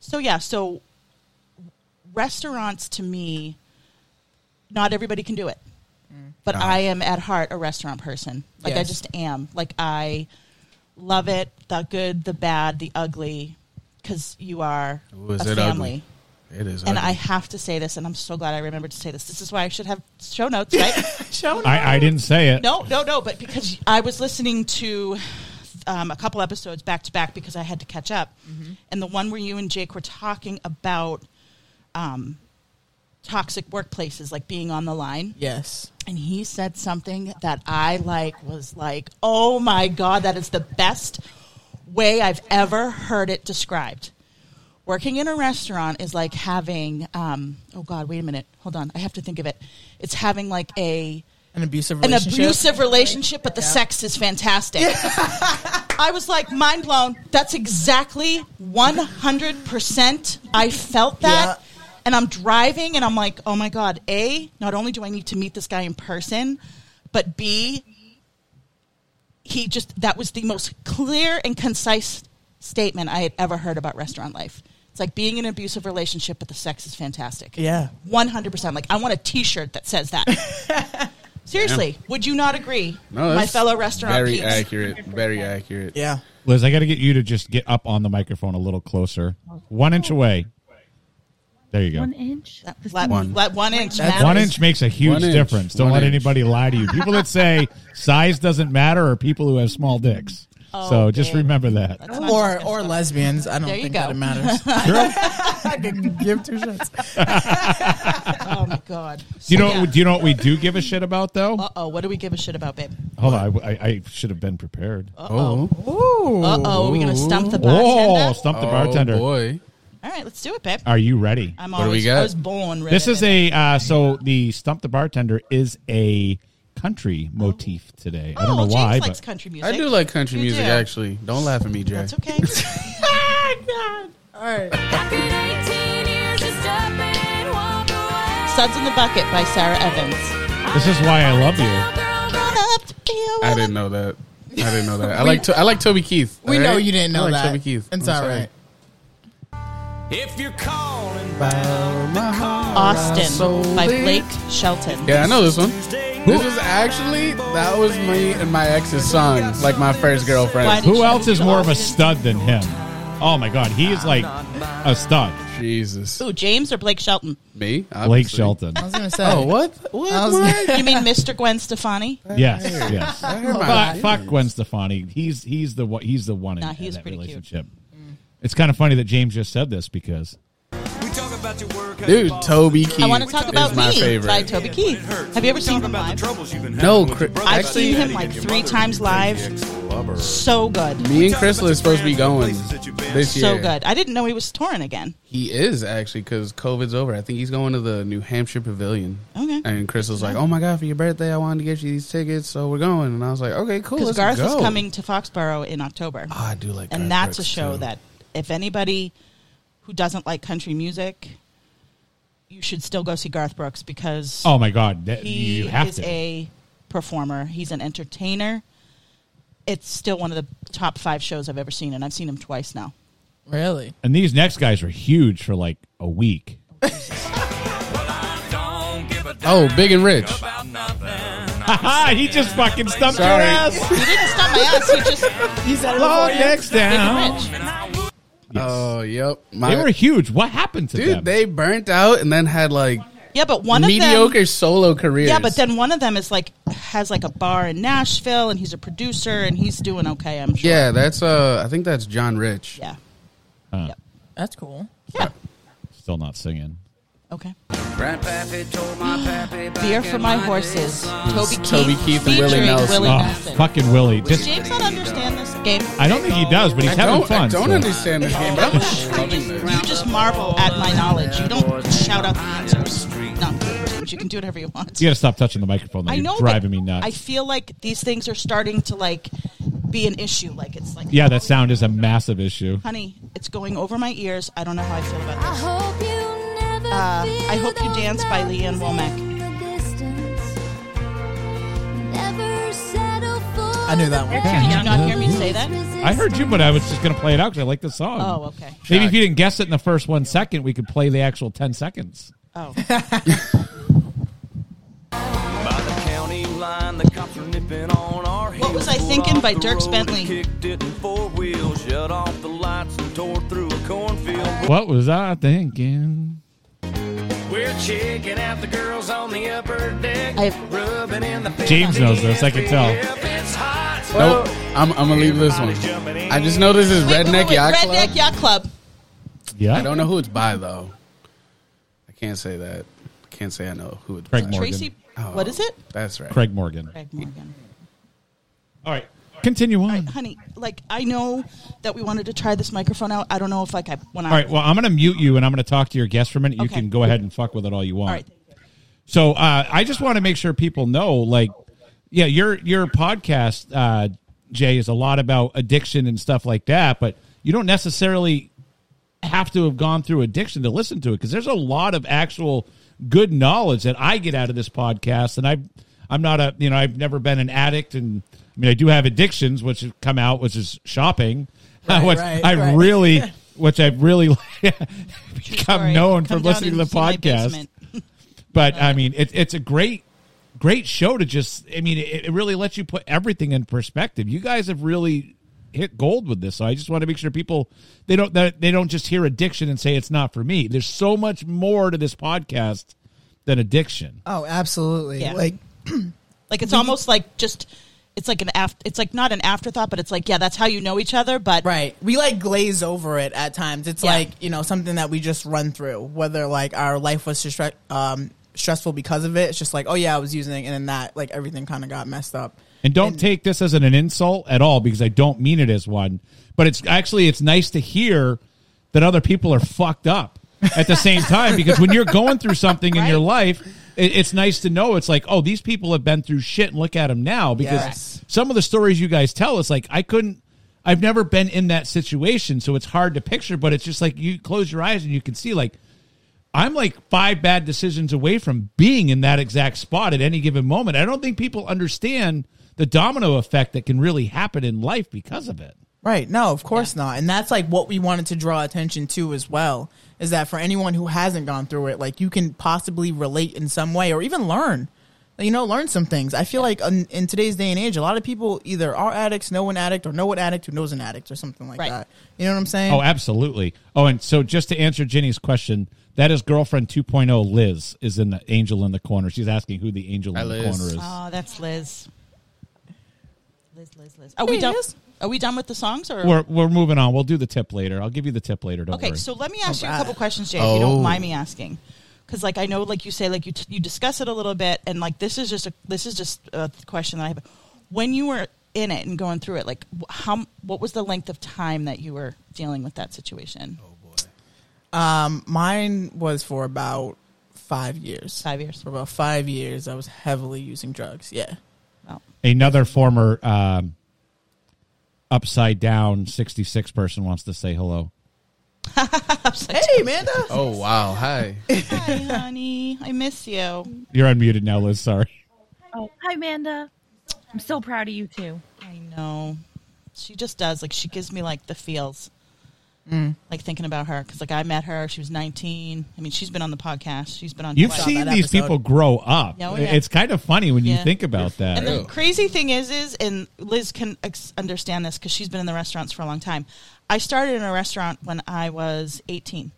Speaker 1: so yeah, so restaurants to me, not everybody can do it, but
Speaker 3: Ah.
Speaker 1: I am at heart a restaurant person. Like I
Speaker 5: Yes.
Speaker 1: just am. Like I love it, the good, the bad, the ugly, because you are
Speaker 3: Ooh, is
Speaker 1: a
Speaker 3: it
Speaker 1: family.
Speaker 3: ugly? It is.
Speaker 1: And
Speaker 3: ugly.
Speaker 1: I have to say this, and I'm so glad I remembered to say this. This is why I should have show notes, right?
Speaker 5: Show
Speaker 4: I, I didn't say it.
Speaker 1: No, no, no. But because I was listening to um, a couple episodes back to back because I had to catch up, and the one where you and Jake were talking about um, toxic workplaces, like being on the line,
Speaker 5: Yes.
Speaker 1: and he said something that I like was like, "Oh my god, that is the best way I've ever heard it described." Working in a restaurant is like having, um, oh god, wait a minute, hold on, I have to think of it. It's having like a
Speaker 5: An abusive
Speaker 1: an
Speaker 5: relationship.
Speaker 1: abusive relationship, but the sex is fantastic. <laughs> I was like mind blown. That's exactly one hundred percent. I felt that, and I'm driving, and I'm like, oh my god. A, not only do I need to meet this guy in person, but B, he just that was the most clear and concise statement I had ever heard about restaurant life. It's like being in an abusive relationship, but the sex is fantastic.
Speaker 5: Yeah.
Speaker 1: One hundred percent. Like I want a T-shirt that says that. Seriously, would you not agree,
Speaker 3: No,
Speaker 1: my
Speaker 3: that's
Speaker 1: fellow restaurant
Speaker 3: Very
Speaker 1: peeps?
Speaker 3: accurate. Very accurate.
Speaker 5: Yeah.
Speaker 4: Liz, I got to get you to just get up on the microphone a little closer, one inch away. There you go.
Speaker 6: One inch. This
Speaker 1: Let
Speaker 3: One.
Speaker 1: one, let one inch.
Speaker 5: That's-
Speaker 1: matter.
Speaker 4: One inch makes a huge
Speaker 3: One inch.
Speaker 4: difference. Don't
Speaker 3: One
Speaker 4: let
Speaker 3: inch.
Speaker 4: anybody lie to you. People that say size doesn't matter are people who have small dicks. so just
Speaker 1: babe.
Speaker 4: remember that.
Speaker 1: Oh, That's not
Speaker 5: Or
Speaker 1: just-
Speaker 5: or lesbians. I don't
Speaker 1: There you
Speaker 5: think
Speaker 1: go.
Speaker 5: that it matters.
Speaker 4: Sure.
Speaker 5: I can give two shits.
Speaker 1: Oh my god.
Speaker 4: Do <laughs> you know? Do you know what we do give a shit about though?
Speaker 1: Uh oh. What do we give a shit about, babe?
Speaker 4: Hold on, I, I, I should have been prepared.
Speaker 3: Oh,
Speaker 5: Ooh.
Speaker 1: Uh oh. Are we gonna stump the
Speaker 4: Oh,
Speaker 1: bartender?
Speaker 4: stump the
Speaker 3: Oh,
Speaker 4: bartender.
Speaker 3: boy.
Speaker 1: All right, let's do it, babe.
Speaker 4: Are you ready?
Speaker 1: I'm
Speaker 3: What do we
Speaker 1: always.
Speaker 3: got?
Speaker 1: I was born ready.
Speaker 4: This is a uh, so the stump the bartender is a country motif today. I
Speaker 1: Oh,
Speaker 4: don't know
Speaker 1: James
Speaker 4: why,
Speaker 1: likes
Speaker 4: but
Speaker 1: country music.
Speaker 3: I do like country
Speaker 1: You
Speaker 3: music.
Speaker 1: do.
Speaker 3: Actually, don't laugh at me, Jack.
Speaker 1: That's
Speaker 3: <laughs>
Speaker 1: okay.
Speaker 5: All right.
Speaker 1: Suds in the Bucket by Sarah Evans.
Speaker 4: this is why I love you.
Speaker 3: I didn't know that. I didn't know that. I like to, I like Toby Keith.
Speaker 5: We
Speaker 3: all
Speaker 5: know
Speaker 3: right?
Speaker 5: you didn't
Speaker 3: I
Speaker 5: know
Speaker 3: like
Speaker 5: that.
Speaker 3: Toby Keith.
Speaker 5: It's
Speaker 3: I'm
Speaker 5: all
Speaker 3: sorry.
Speaker 5: right.
Speaker 2: If you're calling
Speaker 1: Austin by Blake Shelton.
Speaker 3: Yeah, I know this one.
Speaker 2: Tuesday,
Speaker 3: This was actually that was me and my ex's song, like my first
Speaker 1: Why
Speaker 3: girlfriend.
Speaker 1: did-
Speaker 4: Who else is more of a stud than him? Oh my god, he is like a stud.
Speaker 3: Jesus,
Speaker 1: Ooh, James or Blake Shelton?
Speaker 3: <laughs> me, obviously.
Speaker 4: Blake Shelton.
Speaker 5: I was gonna say.
Speaker 3: Oh, what? What?
Speaker 5: I was-
Speaker 3: what?
Speaker 1: You mean Mr. Gwen Stefani?
Speaker 4: Yes, yes.
Speaker 3: Never
Speaker 4: But
Speaker 3: mind.
Speaker 4: fuck Gwen Stefani. He's he's the one. He's the one in,
Speaker 1: Nah,
Speaker 4: in
Speaker 1: he's
Speaker 4: that
Speaker 1: pretty cute. Mm.
Speaker 4: relationship. It's kind of funny that James just said this because
Speaker 2: we talk about your work,
Speaker 3: Dude, Toby Keith.
Speaker 1: I want to talk about
Speaker 3: is my
Speaker 1: me
Speaker 3: favorite.
Speaker 1: by Toby Keith. Have you ever seen him live?
Speaker 3: No, Chris-
Speaker 1: I've seen him like three times live. So good,
Speaker 3: Me and Crystal is supposed to be going this year.
Speaker 1: so good. I didn't know he was touring again.
Speaker 3: He is actually because COVID's over. I think he's going to the New Hampshire Pavilion.
Speaker 1: Okay.
Speaker 3: And Crystal's like, "Oh my god, for your birthday, I wanted to get you these tickets, so we're going." And I was like, "Okay, cool."
Speaker 1: Because
Speaker 3: Oh, Let's
Speaker 1: Garth
Speaker 3: go.
Speaker 1: is coming to Foxborough in October,
Speaker 3: Oh, I do like,
Speaker 1: and
Speaker 3: Garth
Speaker 1: that's a
Speaker 3: Brooks,
Speaker 1: show
Speaker 3: too.
Speaker 1: that if anybody who doesn't like country music, you should still go see Garth Brooks because
Speaker 4: oh my god, that,
Speaker 1: he
Speaker 4: you have
Speaker 1: is
Speaker 4: to.
Speaker 1: a performer. He's an entertainer. It's still one of the top five shows I've ever seen, and I've seen him twice now.
Speaker 5: Really?
Speaker 4: and these next guys were huge for like a week. <laughs>
Speaker 3: Oh, Big and Rich.
Speaker 4: Haha, he just fucking stumped
Speaker 3: Sorry.
Speaker 4: your ass.
Speaker 1: He didn't stop my ass. He just
Speaker 5: He's at
Speaker 4: Long necks down.
Speaker 1: Big and rich.
Speaker 4: Yes.
Speaker 3: Oh, yep. My,
Speaker 4: they were huge. What happened to
Speaker 3: dude,
Speaker 4: them?
Speaker 3: they burnt out and then had like
Speaker 1: Yeah, but one of
Speaker 3: mediocre
Speaker 1: them.
Speaker 3: solo careers.
Speaker 1: Yeah, but then one of them is like has like a bar in Nashville, and he's a producer, and he's doing okay. I'm sure.
Speaker 3: yeah, that's uh, I think that's John Rich.
Speaker 1: Yeah.
Speaker 4: Huh.
Speaker 1: Yep.
Speaker 5: That's cool.
Speaker 1: Yeah.
Speaker 4: Still not singing.
Speaker 1: Okay.
Speaker 2: Beer
Speaker 1: <gasps> Beer for my horses. Toby Keith,
Speaker 3: Toby Keith and Willie
Speaker 1: featuring
Speaker 3: Nelson.
Speaker 1: Willie
Speaker 4: Oh,
Speaker 1: Nelson.
Speaker 4: fucking Willie.
Speaker 1: Does
Speaker 4: Just,
Speaker 1: James not understand this game?
Speaker 4: I don't think he does, but he's
Speaker 3: I
Speaker 4: having
Speaker 3: don't,
Speaker 4: fun.
Speaker 3: I don't
Speaker 4: so-
Speaker 3: understand this game. <laughs> But I'm just loving
Speaker 1: You
Speaker 3: this.
Speaker 1: just marvel at my knowledge. You don't shout out the answers. No, I'm kidding, James. You can do whatever you want.
Speaker 4: You got to stop touching the microphone. Though.
Speaker 1: I
Speaker 4: You're
Speaker 1: know. but
Speaker 4: driving me nuts.
Speaker 1: I feel like these things are starting to like be an issue. Like it's like,
Speaker 4: yeah, that sound is a massive issue.
Speaker 1: honey, it's going over my ears. I don't know how I feel about
Speaker 7: I
Speaker 1: this.
Speaker 7: hope you never
Speaker 1: Uh,
Speaker 7: feel
Speaker 1: I Hope You
Speaker 7: those
Speaker 1: Dance by
Speaker 7: lines
Speaker 1: Leanne Womack.
Speaker 7: in the distance. Never settle for
Speaker 5: I knew that one.
Speaker 1: Did you not hear me say that?
Speaker 4: I heard you, but I was just going to play it out because I like the song.
Speaker 1: Oh, okay.
Speaker 4: Maybe if you didn't guess it in the first one second, we could play the actual 10 seconds.
Speaker 1: Oh,
Speaker 2: By the county line, the cops were nipping on our heels.
Speaker 1: was I
Speaker 2: Pulled
Speaker 1: thinking
Speaker 2: off
Speaker 1: by
Speaker 2: the
Speaker 1: Dierks
Speaker 2: road
Speaker 1: Bentley?
Speaker 2: and Kicked it in four wheels, shut off the lights and tore through a cornfield.
Speaker 4: What was I thinking?
Speaker 2: We're checking out the girls on the upper deck.
Speaker 1: I've-
Speaker 2: rubbing in the
Speaker 4: James knows this, I can tell.
Speaker 2: If it's hot,
Speaker 3: Nope. I'm, I'm gonna leave this one. I just know this is
Speaker 1: Wait, wait,
Speaker 3: Ah. Redneck
Speaker 1: wait,
Speaker 3: Yacht Club.
Speaker 1: Redneck Yacht Club.
Speaker 4: Yeah.
Speaker 3: I don't know who it's by though. I can't say that. Can't say I know who it's
Speaker 4: Craig
Speaker 3: by.
Speaker 4: Morgan.
Speaker 1: Tracy,
Speaker 3: Oh.
Speaker 1: what is it?
Speaker 3: That's right.
Speaker 4: Craig Morgan.
Speaker 1: Craig Morgan.
Speaker 4: All right. Continue on.
Speaker 1: Honey, like I know that we wanted to try this microphone out. I don't know if like I when I
Speaker 4: All right. Well, I'm going to mute you and I'm going to talk to your guest for a minute. You
Speaker 1: Okay.
Speaker 4: can go ahead and fuck with it all you want.
Speaker 1: All right.
Speaker 4: So uh, I just want to make sure people know, like, yeah, your your podcast, uh, Jay, is a lot about addiction and stuff like that. But you don't necessarily have to have gone through addiction to listen to it because there's a lot of actual good knowledge that I get out of this podcast, and I I'm not a you know I've never been an addict, and I mean I do have addictions which have come out, which is shopping, <laughs>
Speaker 5: Right,
Speaker 4: which
Speaker 5: right,
Speaker 4: I
Speaker 5: right. <laughs>
Speaker 4: really. Which I've really <laughs> become
Speaker 1: Sorry.
Speaker 4: known
Speaker 1: Come
Speaker 4: for
Speaker 1: down
Speaker 4: listening to the
Speaker 1: and see my
Speaker 4: podcast
Speaker 1: basement.
Speaker 4: but I mean, it, it's a great, great show to just. I mean, it, it really lets you put everything in perspective. You guys have really hit gold with this, so I just want to make sure people they don't that they don't just hear addiction and say it's not for me. There's so much more to this podcast than addiction.
Speaker 5: Oh, absolutely.
Speaker 1: Yeah.
Speaker 5: Like
Speaker 1: <clears throat> Like it's almost like just it's like an after it's like not an afterthought, but it's like yeah, that's how you know each other. But
Speaker 5: Right. We like glaze over it at times. It's
Speaker 1: Yeah.
Speaker 5: like, you know, something that we just run through, whether like our life was stre- um, stressful because of it. It's just like, oh, yeah, I was using it. And then that, like, everything kind of got messed up.
Speaker 4: And don't take this as an, an insult at all because I don't mean it as one. But it's actually it's nice to hear that other people are fucked up at the same time because when you're going through something in your life, it, it's nice to know it's like oh these people have been through shit and look at them now because
Speaker 5: Yes.
Speaker 4: some of the stories you guys tell it's like I couldn't. I've never been in that situation, so it's hard to picture. But it's just like you close your eyes and you can see, like, I'm like five bad decisions away from being in that exact spot at any given moment. I don't think people understand the domino effect that can really happen in life because of it.
Speaker 5: Right. No, of course not. And that's like what we wanted to draw attention to as well is that for anyone who hasn't gone through it, like you can possibly relate in some way or even learn. You know, learn some things. I feel like in, in today's day and age, a lot of people either are addicts, know an addict, or know an addict who knows an addict, or something like
Speaker 1: Right.
Speaker 5: that. You know what I'm saying?
Speaker 4: Oh, absolutely. Oh, and so just to answer Jenny's question, that is girlfriend 2.0 Liz is in the angel in the corner. She's asking who the angel
Speaker 3: Hi,
Speaker 4: in the
Speaker 3: Liz.
Speaker 4: corner is.
Speaker 1: oh, that's Liz. Liz, Liz, Liz. Are we
Speaker 5: Hey,
Speaker 1: done?
Speaker 5: Liz.
Speaker 1: Are we done with the songs or?
Speaker 4: We're we're moving on. We'll do the tip later. I'll give you the tip later. Don't
Speaker 1: Okay,
Speaker 4: worry.
Speaker 1: so let me ask you a
Speaker 5: Alright.
Speaker 1: couple questions, Jay, if you don't
Speaker 3: Oh.
Speaker 1: mind me asking, because like I know, like you say, like you t- you discuss it a little bit, and like this is just a this is just a question that I have. When you were in it and going through it, like wh- how what was the length of time that you were dealing with that situation?
Speaker 5: Um, Mine was for about five years.
Speaker 1: Five years.
Speaker 5: For about five years, I was heavily using drugs. Yeah.
Speaker 1: Well,
Speaker 4: Another former um, upside down 66 person wants to say hello.
Speaker 5: Hey, Amanda.
Speaker 3: Oh wow!
Speaker 1: <laughs>
Speaker 3: Hi.
Speaker 1: hi, honey, I miss you.
Speaker 4: You're unmuted now, Liz. Sorry.
Speaker 6: Oh, hi, Amanda. I'm so proud of you too.
Speaker 1: I know. She just does. Like she gives me like the feels. Like thinking about her because like I met her, she was 19. I mean, she's been on the podcast. She's been on.
Speaker 4: You've
Speaker 1: twice.
Speaker 4: seen
Speaker 5: that
Speaker 4: these
Speaker 5: episode.
Speaker 4: people grow up.
Speaker 1: No, yeah.
Speaker 4: It's kind of funny when you
Speaker 1: Yeah.
Speaker 4: think about that.
Speaker 1: And the
Speaker 3: Ew.
Speaker 1: crazy thing is, is and Liz can ex- understand this because she's been in the restaurants for a long time. I started in a restaurant when I was 18,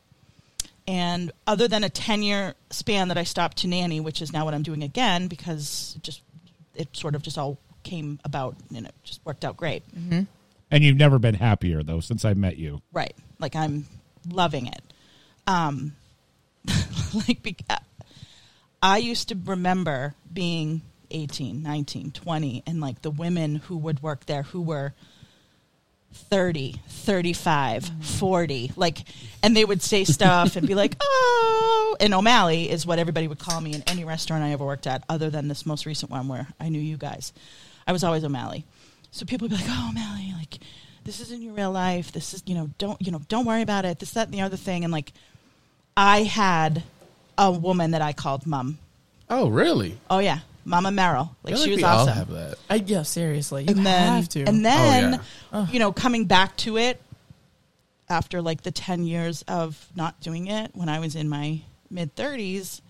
Speaker 1: and other than a 10 year span that I stopped to nanny, which is now what I'm doing again because it just it sort of just all came about and it just worked out great.
Speaker 4: and you've never been happier though since I met you.
Speaker 1: Right, like I'm loving it. Um, <laughs> like be- I used to remember being 18, 19, 20, and like the women who would work there who were 30, 35, 40, like, and they would say stuff and be like, oh, and O'Malley is what everybody would call me in any restaurant I ever worked at, other than this most recent one where I knew you guys. I was always O'Malley. So people would be like, oh, O'Malley, like, this isn't your real life. This is, you know, don't, you know, don't worry about it. This, that, and the other thing. And like, I had a woman that I called mum.
Speaker 3: Oh really?
Speaker 1: Oh yeah, Mama Merrill. Like
Speaker 3: I feel
Speaker 1: she was
Speaker 3: like we
Speaker 1: awesome.
Speaker 3: all have that.
Speaker 5: I, yeah, seriously, you
Speaker 1: and then
Speaker 5: have to. Oh,
Speaker 1: and then
Speaker 5: yeah.
Speaker 1: you know coming back to it after like the 10 years of not doing it when i was in my mid 30s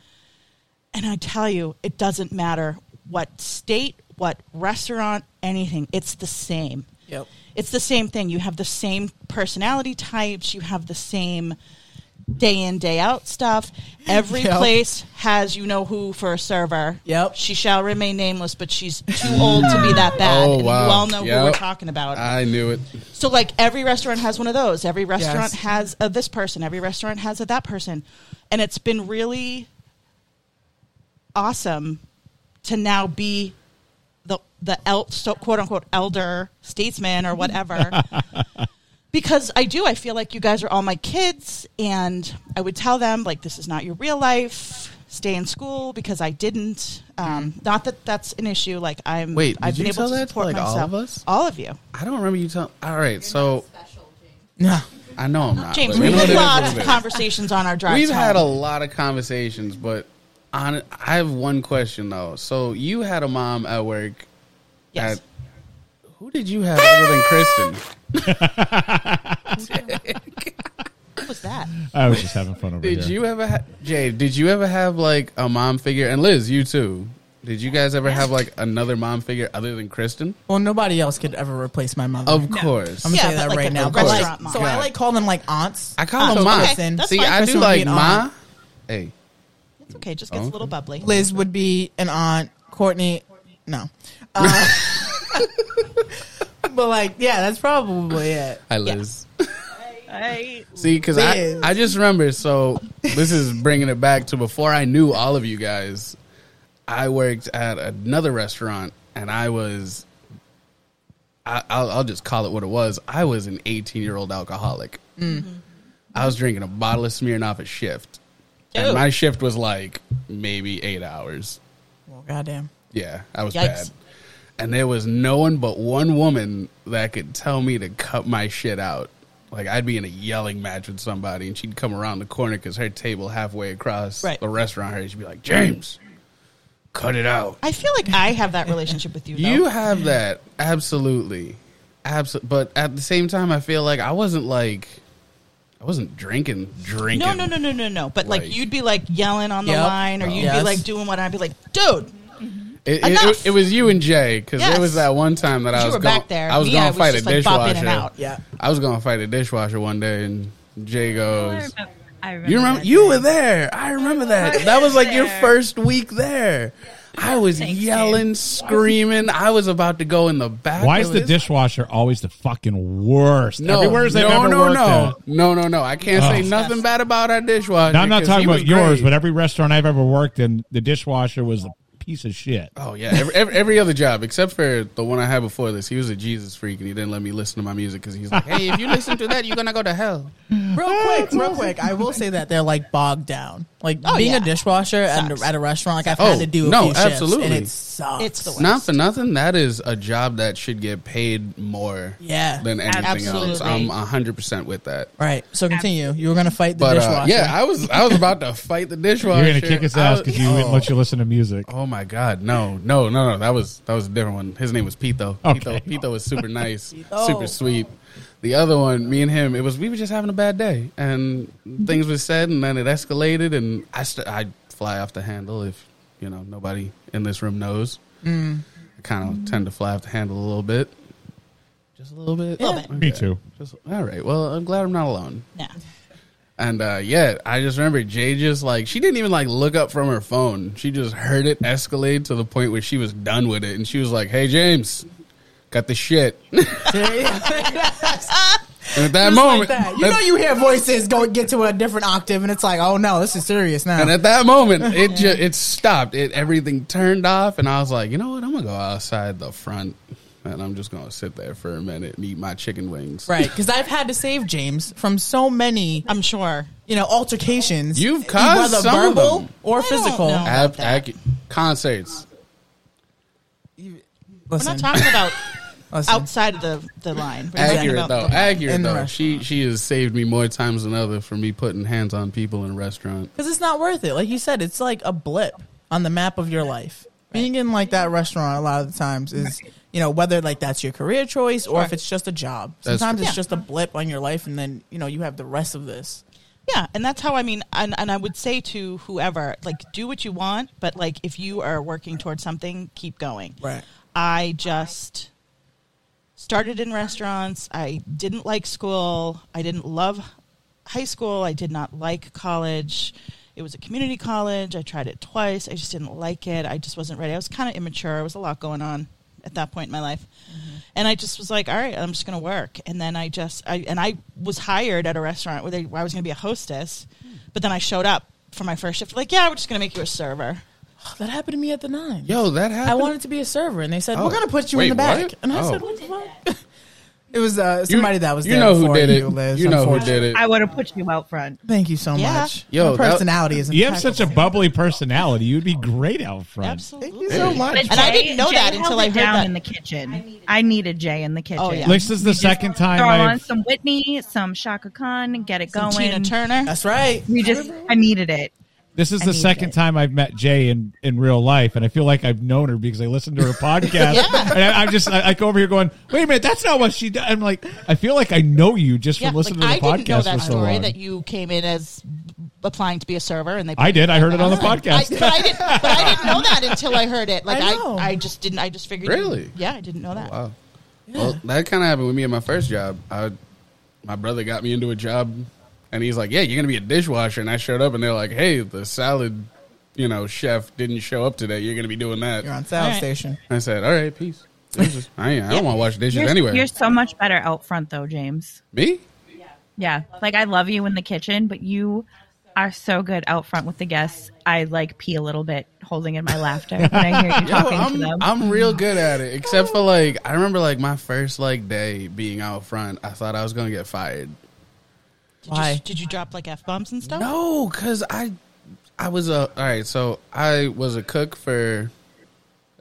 Speaker 1: and i tell you it doesn't matter what state what restaurant anything it's the same
Speaker 5: yep,
Speaker 1: it's the same thing you have the same personality types you have the same day in day out stuff every
Speaker 5: Yep.
Speaker 1: place has you know who for a server
Speaker 5: Yep.
Speaker 1: she shall remain nameless but she's too old to be that bad
Speaker 3: Oh,
Speaker 1: and
Speaker 3: wow.
Speaker 1: you all know who we're
Speaker 3: Yep.
Speaker 1: talking about
Speaker 3: I knew it.
Speaker 1: so like every restaurant has one of those every restaurant
Speaker 5: Yes.
Speaker 1: has a this person every restaurant has a that person and it's been really awesome to now be the the el- so, quote unquote elder statesman or
Speaker 3: <laughs>
Speaker 1: whatever. because I do, I feel like you guys are all my kids, and I would tell them like this is not your real life. Stay in school because I didn't. Um, not that that's an issue. Like I'm.
Speaker 3: Wait,
Speaker 1: I've
Speaker 3: did
Speaker 1: been
Speaker 3: you
Speaker 1: able
Speaker 3: tell
Speaker 1: to
Speaker 3: that to,
Speaker 1: support
Speaker 3: like, all
Speaker 1: myself.
Speaker 3: of us?
Speaker 1: All of you.
Speaker 3: I don't remember you telling. All right, so
Speaker 5: nah,
Speaker 3: I know I'm not.
Speaker 1: James,
Speaker 3: but
Speaker 1: we've
Speaker 3: it
Speaker 1: had
Speaker 3: is
Speaker 1: lots
Speaker 3: what it
Speaker 1: of
Speaker 3: is.
Speaker 1: conversations on our drive.
Speaker 3: We've had a
Speaker 1: home.
Speaker 3: lot of conversations, but on, I have one question though. So you had a mom at work.
Speaker 1: Yes.
Speaker 3: At, who did you have other than Kristen?
Speaker 1: What was that?
Speaker 4: I was just having fun over
Speaker 3: <laughs> Did
Speaker 4: here.
Speaker 3: you ever, ha- Jay? Did you ever have like a mom figure? And Liz, you too. Did you guys ever have like another mom figure other than Kristen?
Speaker 5: well, nobody else could ever replace my mother.
Speaker 3: Of course.
Speaker 5: I'm
Speaker 1: Yeah,
Speaker 5: gonna say
Speaker 1: but
Speaker 5: that
Speaker 1: like
Speaker 5: right
Speaker 1: a
Speaker 5: now.
Speaker 1: restaurant
Speaker 5: But
Speaker 1: mom.
Speaker 5: like, so I
Speaker 3: Yeah.
Speaker 5: like call them like aunts.
Speaker 3: I call them
Speaker 5: So
Speaker 3: ma.
Speaker 5: Kristen-
Speaker 1: that's
Speaker 3: See,
Speaker 1: fine.
Speaker 3: I do
Speaker 5: Kristen would be
Speaker 3: like
Speaker 5: an
Speaker 3: ma.
Speaker 5: aunt.
Speaker 3: Hey,
Speaker 1: It's okay. It just
Speaker 3: Oh.
Speaker 1: gets a little bubbly.
Speaker 5: Liz would be an aunt. Courtney, no.
Speaker 3: <laughs>
Speaker 5: Uh, but like, yeah, that's probably it.
Speaker 3: hi Liz.
Speaker 6: I
Speaker 3: See, because I,
Speaker 5: Liz.
Speaker 3: I just remember. So this is bringing it back to before I knew all of you guys. I worked at another restaurant, and I was. I, I'll, I'll just call it what it was. I was an 18 year old alcoholic. I was drinking a bottle of Smirnoff a shift,
Speaker 1: Ew.
Speaker 3: and my shift was like maybe eight hours.
Speaker 5: Well, goddamn.
Speaker 3: Yeah, I was
Speaker 1: Yikes.
Speaker 3: bad. And there was no one but one woman that could tell me to cut my shit out. Like I'd be in a yelling match with somebody, and she'd come around the corner because her table halfway across
Speaker 1: Right.
Speaker 3: the restaurant, her she'd be like, "James, cut it out."
Speaker 1: I feel like I have that relationship with you. Though.
Speaker 3: You have that absolutely, absolutely. But at the same time, I feel like I wasn't like I wasn't drinking, drinking.
Speaker 1: no, no, no, no, no, no. But like,
Speaker 3: Like-
Speaker 1: you'd be like yelling on the
Speaker 5: Yep.
Speaker 1: line, or you'd be
Speaker 5: Yes.
Speaker 1: like doing what I'd be like, dude.
Speaker 3: It, it,
Speaker 1: Enough.
Speaker 3: it, was you and Jay because
Speaker 1: Yes.
Speaker 3: there was that one time that I
Speaker 1: You
Speaker 3: was
Speaker 1: were
Speaker 3: going,
Speaker 1: back there.
Speaker 3: I was
Speaker 1: Me, I
Speaker 3: going
Speaker 1: was
Speaker 3: to fight a
Speaker 1: just, like, bopping in
Speaker 3: dishwasher.
Speaker 1: and out.
Speaker 5: Yeah.
Speaker 3: I was going to fight a dishwasher one day, and Jay
Speaker 6: I
Speaker 3: goes,
Speaker 6: remember. I remember
Speaker 3: "You remember?
Speaker 6: that
Speaker 3: You
Speaker 6: day.
Speaker 3: were there. I remember that.
Speaker 6: was
Speaker 3: That was like your
Speaker 6: there.
Speaker 3: first week there. I was
Speaker 6: Thanks,
Speaker 3: yelling,
Speaker 6: Dave.
Speaker 3: screaming. I was about to go in the back.
Speaker 4: Why
Speaker 3: of
Speaker 4: is the
Speaker 3: this-
Speaker 4: dishwasher always the fucking worst?
Speaker 3: No,
Speaker 4: Everywhere as they've
Speaker 3: no,
Speaker 4: ever
Speaker 3: no,
Speaker 4: worked
Speaker 3: no,
Speaker 4: at.
Speaker 3: no, no, no. I can't say nothing bad about our dishwasher.
Speaker 4: Now, I'm not
Speaker 3: 'cause
Speaker 4: talking
Speaker 3: he was
Speaker 4: about yours,
Speaker 3: great.
Speaker 4: but every restaurant I've ever worked in, the dishwasher was a piece of shit.
Speaker 3: Oh yeah, every, every, every other job except for the one I had before this. He was a Jesus freak, and he didn't let me listen to my music because he's like, "Hey, if you listen to that, you're gonna go to hell."
Speaker 5: <laughs> Real quick, real quick. I will say that they're like bogged down. Like
Speaker 1: Oh,
Speaker 5: being
Speaker 1: yeah.
Speaker 5: a dishwasher and
Speaker 1: Sucks.
Speaker 5: at a restaurant, like I've
Speaker 3: Oh,
Speaker 5: had to do a
Speaker 3: no,
Speaker 5: few shifts,
Speaker 3: absolutely.
Speaker 5: and it sucks.
Speaker 1: It's the worst.
Speaker 3: Not for nothing, that is a job that should get paid more,
Speaker 5: Yeah.
Speaker 3: than anything
Speaker 1: Absolutely.
Speaker 3: else. I'm hundred percent with that.
Speaker 5: Right. So continue. You were gonna fight the
Speaker 3: But uh,
Speaker 5: dishwasher.
Speaker 3: yeah, I was I was about to fight the dishwasher.
Speaker 4: You're gonna kick his ass
Speaker 3: I was-
Speaker 4: because you wouldn't let you listen to music.
Speaker 3: Oh my God! No, no, no, no! That was that was a different one. His name was Pito.
Speaker 4: Okay.
Speaker 3: Pito, Pito was super nice,
Speaker 5: Pito.
Speaker 3: super sweet. The other one, me and him, it was we were just having a bad day, and things were said, and then it escalated, and I st- I fly off the handle if you know nobody in this room knows. I kind of tend to fly off the handle a little bit, just a little bit,
Speaker 1: Little bit.
Speaker 4: Me too.
Speaker 3: Just, all right. Well, I'm glad I'm not alone.
Speaker 1: Nah.
Speaker 3: And uh, yeah, I just remember Jay just like she didn't even like look up from her phone. She just heard it escalate to the point where she was done with it, and she was like, "Hey, James, got the shit." <laughs> and at that moment,
Speaker 5: Like that. You
Speaker 3: at-
Speaker 5: know you hear voices go get to a different octave and it's like, oh no, this is serious now.
Speaker 3: and at that moment, it just it stopped. It everything turned off, and I was like, "You know what? I'm gonna go outside the front." And I'm just gonna sit there for a minute and eat my chicken wings.
Speaker 5: right. Because I've had to save James from so many,
Speaker 1: I'm sure.
Speaker 5: you know, altercations. e-
Speaker 3: You've caused
Speaker 5: whether
Speaker 3: some of
Speaker 5: verbal
Speaker 3: them.
Speaker 5: or
Speaker 1: don't
Speaker 5: physical.
Speaker 1: know.
Speaker 5: Listen,
Speaker 3: Ab- ac- concerts.
Speaker 1: We're not talking about
Speaker 5: <laughs> listen.
Speaker 1: outside of the, the line. We're talking
Speaker 3: Accurate
Speaker 1: about-
Speaker 3: though. Accurate
Speaker 5: In the
Speaker 3: though. She she has saved me more times than other for me putting hands on people in a restaurant.
Speaker 5: Because it's not worth it. Like you said, it's like a blip on the map of your life. Being in like that restaurant a lot of the times is, you know, whether like that's your career choice or if
Speaker 1: Sure.
Speaker 5: it's just a job.
Speaker 3: That's-
Speaker 5: Sometimes it's
Speaker 1: Yeah.
Speaker 5: just a blip on your life, and then you know you have the rest of this.
Speaker 1: Yeah, and that's how I mean, and, and I would say to whoever, like, do what you want, but like, if you are working towards something, keep going.
Speaker 5: Right.
Speaker 1: I just started in restaurants. I didn't like school. I didn't love high school. I did not like college. It was a community college. I tried it twice. I just didn't like it. I just wasn't ready. I was kind of immature. There was a lot going on at that point in my life. And I just was like, all right, I'm just going to work. And then I just, I, and I was hired at a restaurant where, they, where I was going to be a hostess. But then I showed up for my first shift, like, yeah, we're just going to make you a server.
Speaker 5: Oh, That happened to me at the nine.
Speaker 3: Yo, that happened.
Speaker 5: I wanted to be a server, and they said
Speaker 3: Oh.
Speaker 5: we're gonna put you
Speaker 3: Wait,
Speaker 5: in the back.
Speaker 3: what?
Speaker 5: And I
Speaker 3: Oh.
Speaker 5: said, what the fuck? <laughs> It was uh,
Speaker 3: You-
Speaker 5: somebody that was.
Speaker 3: You
Speaker 5: there
Speaker 3: know who
Speaker 5: before
Speaker 3: did
Speaker 5: you,
Speaker 3: it.
Speaker 5: Liz,
Speaker 3: You know who
Speaker 5: unfortunately.
Speaker 3: did it.
Speaker 6: I would have put you out front.
Speaker 5: Thank you so
Speaker 1: Yeah.
Speaker 5: much.
Speaker 3: Yo,
Speaker 5: Your
Speaker 3: that-
Speaker 5: personality is.
Speaker 4: You have such a <laughs>
Speaker 5: impeccable.
Speaker 4: bubbly personality. You'd be great out front.
Speaker 1: Absolutely.
Speaker 5: Thank you so much.
Speaker 6: But
Speaker 1: And I didn't know that
Speaker 6: held
Speaker 1: until I
Speaker 6: it
Speaker 1: heard
Speaker 6: down
Speaker 1: that.
Speaker 6: in the kitchen. I needed Jay in the kitchen.
Speaker 1: Oh, yeah.
Speaker 4: This is the second time
Speaker 6: Throw on
Speaker 4: I've
Speaker 6: some Whitney, some Shaka Khan, get it
Speaker 1: Some
Speaker 6: going.
Speaker 1: Tina Turner.
Speaker 5: That's right.
Speaker 6: We just, I needed it.
Speaker 4: This is the
Speaker 6: need
Speaker 4: second
Speaker 6: it.
Speaker 4: time I've met Jay in, in real life, and I feel like I've known her because I
Speaker 1: <laughs>
Speaker 4: listened to her podcast. And I, I'm just I, like over here going, wait a minute, that's not what she does. I'm like, I feel like I know you just from listening
Speaker 1: like,
Speaker 4: to the
Speaker 1: I didn't know
Speaker 4: podcast
Speaker 1: that
Speaker 4: for so
Speaker 1: story
Speaker 4: long.
Speaker 1: that you came in as applying to be a server, and they. Oh.
Speaker 4: I did. I heard it on the
Speaker 1: <laughs>
Speaker 4: podcast.
Speaker 1: I, but I didn't. But I didn't know that until I heard it. Like
Speaker 5: I
Speaker 1: I,
Speaker 5: know.
Speaker 1: I, just didn't. I just figured.
Speaker 3: Really?
Speaker 1: yeah, I didn't know that.
Speaker 3: Wow. Well, that kind of happened with me at my first job. I, my brother got me into a job, and he's like, "Yeah, you're gonna be a dishwasher." And I showed up, and they're like, "Hey, the salad, you know, chef didn't show up today. You're gonna be doing that."
Speaker 5: You're on South
Speaker 1: right.
Speaker 5: Station.
Speaker 3: I said, "All right, peace." I, ain't- I don't want to wash dishes
Speaker 6: You're,
Speaker 3: anyway.
Speaker 6: you're so much better out front, though, James.
Speaker 3: me?
Speaker 6: Yeah. Like, I love you in the kitchen, but you are so good out front with the guests. I like pee a little bit holding in my laughter when
Speaker 1: <laughs>
Speaker 6: I hear you
Speaker 3: No,
Speaker 6: talking to
Speaker 3: I'm,
Speaker 6: them. Oh.
Speaker 3: I'm real good at it, except for like I remember like my first like day being out front. I thought I was gonna get fired.
Speaker 1: Did
Speaker 5: Why?
Speaker 1: You, did you drop like f bombs and stuff?
Speaker 3: No, because I, I was a all right. So I was a cook for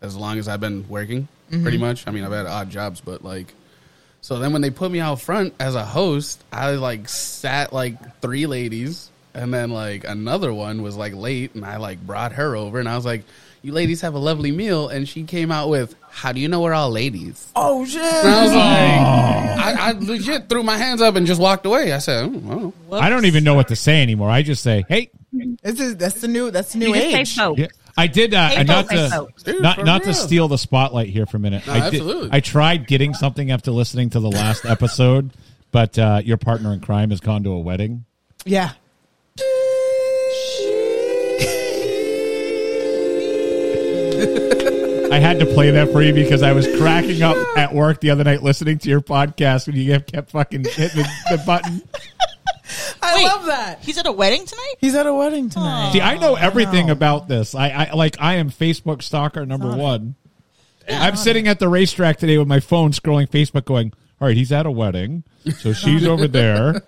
Speaker 3: as long as I've been working,
Speaker 5: Mm-hmm.
Speaker 3: pretty much. I mean, I've had odd jobs, but like, so then when they put me out front as a host, I like sat like three ladies, and then like another one was like late, and I like brought her over, and I was like, "You ladies have a lovely meal," and she came out with, "How do you know we're all ladies?"
Speaker 5: Oh shit!
Speaker 3: And I was like,
Speaker 5: Oh.
Speaker 3: I, I legit threw my hands up and just walked away. I said, "Mm, I don't know.
Speaker 4: I don't even know what to say anymore. I just say, hey,
Speaker 5: This is that's the new that's the
Speaker 6: you
Speaker 5: new
Speaker 6: just say
Speaker 5: age.
Speaker 6: folks.
Speaker 4: Yeah. I did uh,
Speaker 6: Hey,
Speaker 4: not
Speaker 6: folks,
Speaker 4: to
Speaker 6: folks.
Speaker 3: Dude,
Speaker 4: not
Speaker 3: for
Speaker 4: not to
Speaker 3: real.
Speaker 4: steal the spotlight here for a minute.
Speaker 3: No,
Speaker 4: I did,
Speaker 3: absolutely.
Speaker 4: I tried getting something after listening to the
Speaker 3: <laughs>
Speaker 4: last episode, but uh, your partner in crime has gone to a wedding.
Speaker 5: yeah.
Speaker 4: I had to play that for you because I was
Speaker 1: <laughs>
Speaker 4: cracking up at work the other night listening to your podcast when you kept fucking hitting the, the button.
Speaker 5: I
Speaker 1: Wait.
Speaker 5: love that.
Speaker 1: He's at a wedding tonight.
Speaker 5: He's at a wedding tonight.
Speaker 4: See, I
Speaker 1: Oh,
Speaker 4: know everything about this. I, I like I am Facebook stalker number one. I'm sitting at the racetrack today with my phone scrolling Facebook, going, "All right, he's at a wedding,
Speaker 1: <laughs>
Speaker 4: so she's over there."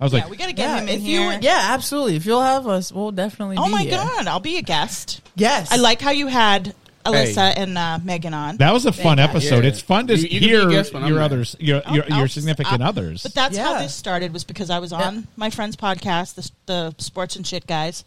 Speaker 4: I was
Speaker 1: yeah, we
Speaker 4: like,
Speaker 1: got to get
Speaker 5: Yeah,
Speaker 1: him in
Speaker 5: if
Speaker 1: here.
Speaker 5: you, yeah, absolutely. If you'll have us, we'll definitely.
Speaker 1: Oh
Speaker 5: be
Speaker 1: my
Speaker 5: here.
Speaker 1: god, I'll be a guest.
Speaker 5: Yes,
Speaker 1: I like how you had Alyssa
Speaker 3: Hey.
Speaker 1: and uh, Megan on.
Speaker 4: "That was a fun episode.
Speaker 3: Yeah.
Speaker 4: It's fun to
Speaker 3: You- you can be a
Speaker 4: hear
Speaker 3: guest when I'm
Speaker 4: your
Speaker 3: there.
Speaker 4: others, your
Speaker 1: I'll-
Speaker 4: your,
Speaker 1: I'll-
Speaker 4: your significant
Speaker 1: I'll-
Speaker 4: others."
Speaker 1: But that's how
Speaker 5: Yeah.
Speaker 1: this started was because I was on my friend's podcast, the, the sports and shit guys.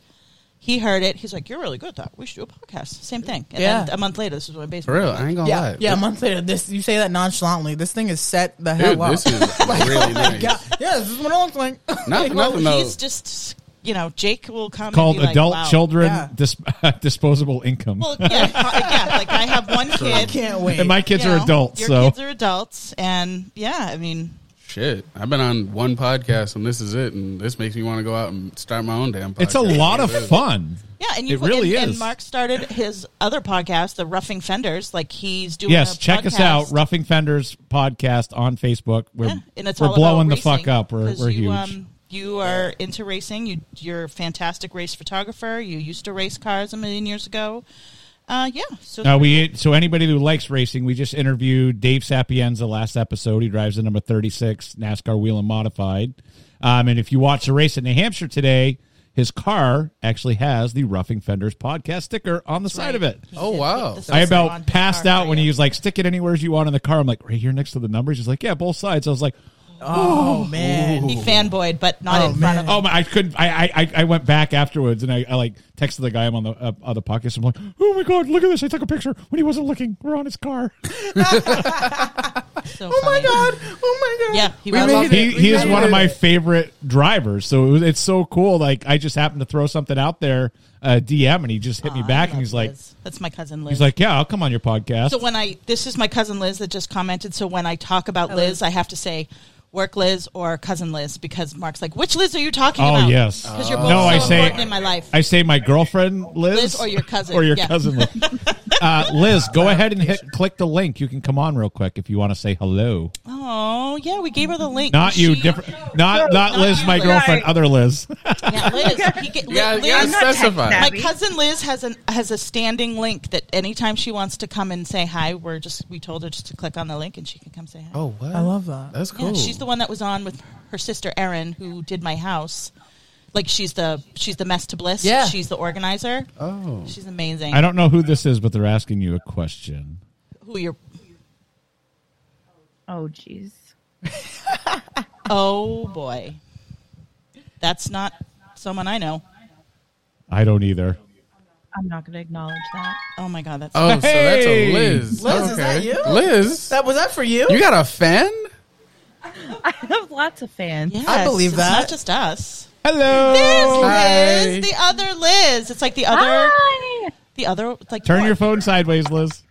Speaker 1: He heard it. He's like, "You're really good at that. We should do a podcast." Same thing. And
Speaker 5: Yeah.
Speaker 1: then a month later, this is my basement.
Speaker 3: For real, I ain't gonna
Speaker 5: Yeah,
Speaker 3: lie.
Speaker 5: yeah. A month later, this you say that nonchalantly. This thing is set the
Speaker 3: Dude,
Speaker 5: hell up.
Speaker 3: this is really nice.
Speaker 5: yeah, yeah, this is what it looks like. <laughs>
Speaker 3: Nothing, nothing though.
Speaker 1: He's just, you know, Jake will come
Speaker 4: called
Speaker 1: and be like,
Speaker 4: adult
Speaker 1: wow.
Speaker 4: children
Speaker 5: Yeah.
Speaker 4: dis- <laughs> disposable income,
Speaker 1: Well, yeah, yeah. Like I have one kid.
Speaker 5: I can't wait.
Speaker 4: and my kids
Speaker 1: you
Speaker 4: are
Speaker 1: know,
Speaker 4: adults.
Speaker 1: Your
Speaker 4: so
Speaker 1: kids are adults, and yeah, I mean,
Speaker 3: Shit, I've been on one podcast and this is it, and this makes me want to go out and start my own damn podcast.
Speaker 4: it's a lot of fun.
Speaker 1: yeah, and you
Speaker 4: It really
Speaker 1: and,
Speaker 4: is.
Speaker 1: And Mark started his other podcast, the Roughing Fenders. Like he's doing.
Speaker 4: Yes,
Speaker 1: a
Speaker 4: check us
Speaker 1: podcast.
Speaker 4: out, Roughing Fenders podcast on Facebook. We're
Speaker 1: Yeah, and it's
Speaker 4: we're
Speaker 1: all
Speaker 4: blowing the
Speaker 1: about racing,
Speaker 4: fuck up. We're
Speaker 1: 'cause
Speaker 4: we're
Speaker 1: you,
Speaker 4: huge.
Speaker 1: Um, you are into racing. You, you're a fantastic race photographer. You used to race cars a million years ago. Uh, yeah. So
Speaker 4: Uh, we so anybody who likes racing, we just interviewed Dave Sapienza last episode. He drives the number thirty six NASCAR wheel and modified. Um, and if you watch the race in New Hampshire today, his car actually has the Roughing Fenders podcast sticker on the side of it.
Speaker 1: He
Speaker 3: Oh,
Speaker 1: did
Speaker 3: wow.
Speaker 1: put the
Speaker 4: I
Speaker 1: sticker on
Speaker 4: about
Speaker 1: his
Speaker 4: passed
Speaker 1: car
Speaker 4: out
Speaker 1: for
Speaker 4: when
Speaker 1: you.
Speaker 4: he was like, "Stick it anywhere you want in the car." I'm like, "Right here next to the numbers." He's like, "Yeah, both sides." I was like,
Speaker 5: Oh, man.
Speaker 1: He fanboyed, but not
Speaker 5: Oh,
Speaker 1: in front
Speaker 5: man.
Speaker 1: of him.
Speaker 4: Oh my! I couldn't. I I- I, I went back afterwards and I, I like texted the guy I'm on the uh, on the podcast. I'm like, oh my god, look at this! I took a picture when he wasn't looking. We're on
Speaker 1: <laughs>
Speaker 4: his car.
Speaker 1: So
Speaker 5: Oh, my
Speaker 1: funny.
Speaker 5: God. Oh, my God.
Speaker 1: Yeah, he
Speaker 5: We
Speaker 1: was.
Speaker 5: made
Speaker 4: He
Speaker 5: it. We
Speaker 4: he is
Speaker 5: made
Speaker 4: one
Speaker 5: it.
Speaker 4: of my favorite drivers. So it was, it's so cool. Like I just happened to throw something out there, uh, DM, and he just hit me
Speaker 1: Oh, I
Speaker 4: back,
Speaker 1: love
Speaker 4: and he's like,
Speaker 1: Liz. "That's my cousin Liz."
Speaker 4: he's like, yeah, I'll come on your podcast.
Speaker 1: So when I this is my cousin Liz that just commented. So when I talk about
Speaker 6: Hi,
Speaker 1: Liz,
Speaker 6: Liz.
Speaker 1: I have to say work Liz or cousin Liz because Mark's like, which Liz are you talking
Speaker 4: Oh,
Speaker 1: about?
Speaker 4: yes.
Speaker 1: because you're both
Speaker 4: No,
Speaker 1: so
Speaker 4: I say-
Speaker 1: important in my life.
Speaker 4: I say my girlfriend Liz,
Speaker 1: Liz or your cousin,
Speaker 4: or your
Speaker 1: yeah.
Speaker 4: cousin Liz.
Speaker 1: <laughs>
Speaker 4: uh, Liz, go ahead and hit click the link. You can come on real quick if you want to say hello.
Speaker 1: oh yeah, we gave her the link.
Speaker 4: Not you,
Speaker 1: She-
Speaker 4: different. Not not
Speaker 1: not
Speaker 4: Liz,
Speaker 1: you,
Speaker 4: my
Speaker 1: Liz.
Speaker 4: girlfriend,
Speaker 6: Right.
Speaker 4: other Liz.
Speaker 1: Yeah, Liz.
Speaker 3: <laughs>
Speaker 1: He get-
Speaker 3: Yeah,
Speaker 1: Liz-
Speaker 3: yeah,
Speaker 1: Liz-
Speaker 6: I'm not tech
Speaker 3: specify.
Speaker 1: my
Speaker 6: savvy.
Speaker 1: cousin Liz has an has a standing link that anytime she wants to come and say hi, we're just we told her just to click on the link and she can come say hi.
Speaker 3: Oh, what?
Speaker 5: I love that.
Speaker 3: That's
Speaker 1: Yeah,
Speaker 3: cool.
Speaker 1: she's the one that was on with her sister Erin, who did my house. Like she's the she's the mess to bliss.
Speaker 5: Yeah.
Speaker 1: she's the organizer.
Speaker 3: Oh,
Speaker 1: She's amazing.
Speaker 4: I don't know who this is, but they're asking you a question.
Speaker 1: who you're.
Speaker 6: Oh, jeez.
Speaker 1: Oh boy, that's not someone I know.
Speaker 4: I don't either.
Speaker 6: I'm not going to acknowledge that. <laughs>
Speaker 1: Oh my god, that's
Speaker 3: oh, so that's a
Speaker 4: Hey!
Speaker 3: Liz.
Speaker 5: Liz, is that you?
Speaker 3: Liz,
Speaker 5: That was that for you?
Speaker 3: you got a fan?
Speaker 6: I have lots of fans.
Speaker 1: yes,
Speaker 5: I believe
Speaker 1: it's
Speaker 5: that.
Speaker 1: Not just us.
Speaker 4: Hello.
Speaker 1: There's Liz,
Speaker 3: Hi.
Speaker 1: the other Liz. It's like the other,
Speaker 7: Hi.
Speaker 1: the other. it's Like
Speaker 4: Turn
Speaker 1: what?
Speaker 4: your phone sideways, Liz.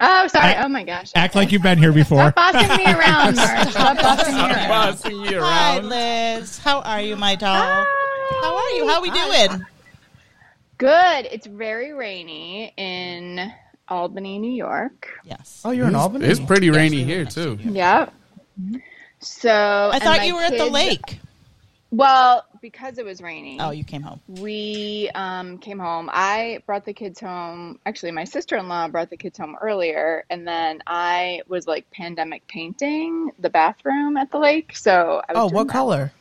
Speaker 7: Oh, sorry.
Speaker 4: Act-
Speaker 7: oh my gosh.
Speaker 4: Act like you've been here before.
Speaker 7: Stop bossing
Speaker 1: <laughs>
Speaker 7: me around, Mark. Stop bossing me around.
Speaker 1: Hi, Liz. How are you, my doll? How are you? How we doing?
Speaker 7: Good. It's very rainy in Albany, New York.
Speaker 1: Yes.
Speaker 5: Oh, you're in Albany?
Speaker 3: It's pretty rainy here too.
Speaker 7: Yep. So
Speaker 1: I thought you were at the lake.
Speaker 7: Well, because it was raining.
Speaker 1: Oh, you came home.
Speaker 7: we um, came home. I brought the kids home. Actually, my sister in law brought the kids home earlier, and then I was like pandemic painting the bathroom at the lake. So I was
Speaker 5: Oh,
Speaker 7: doing
Speaker 5: what
Speaker 7: that.
Speaker 5: color?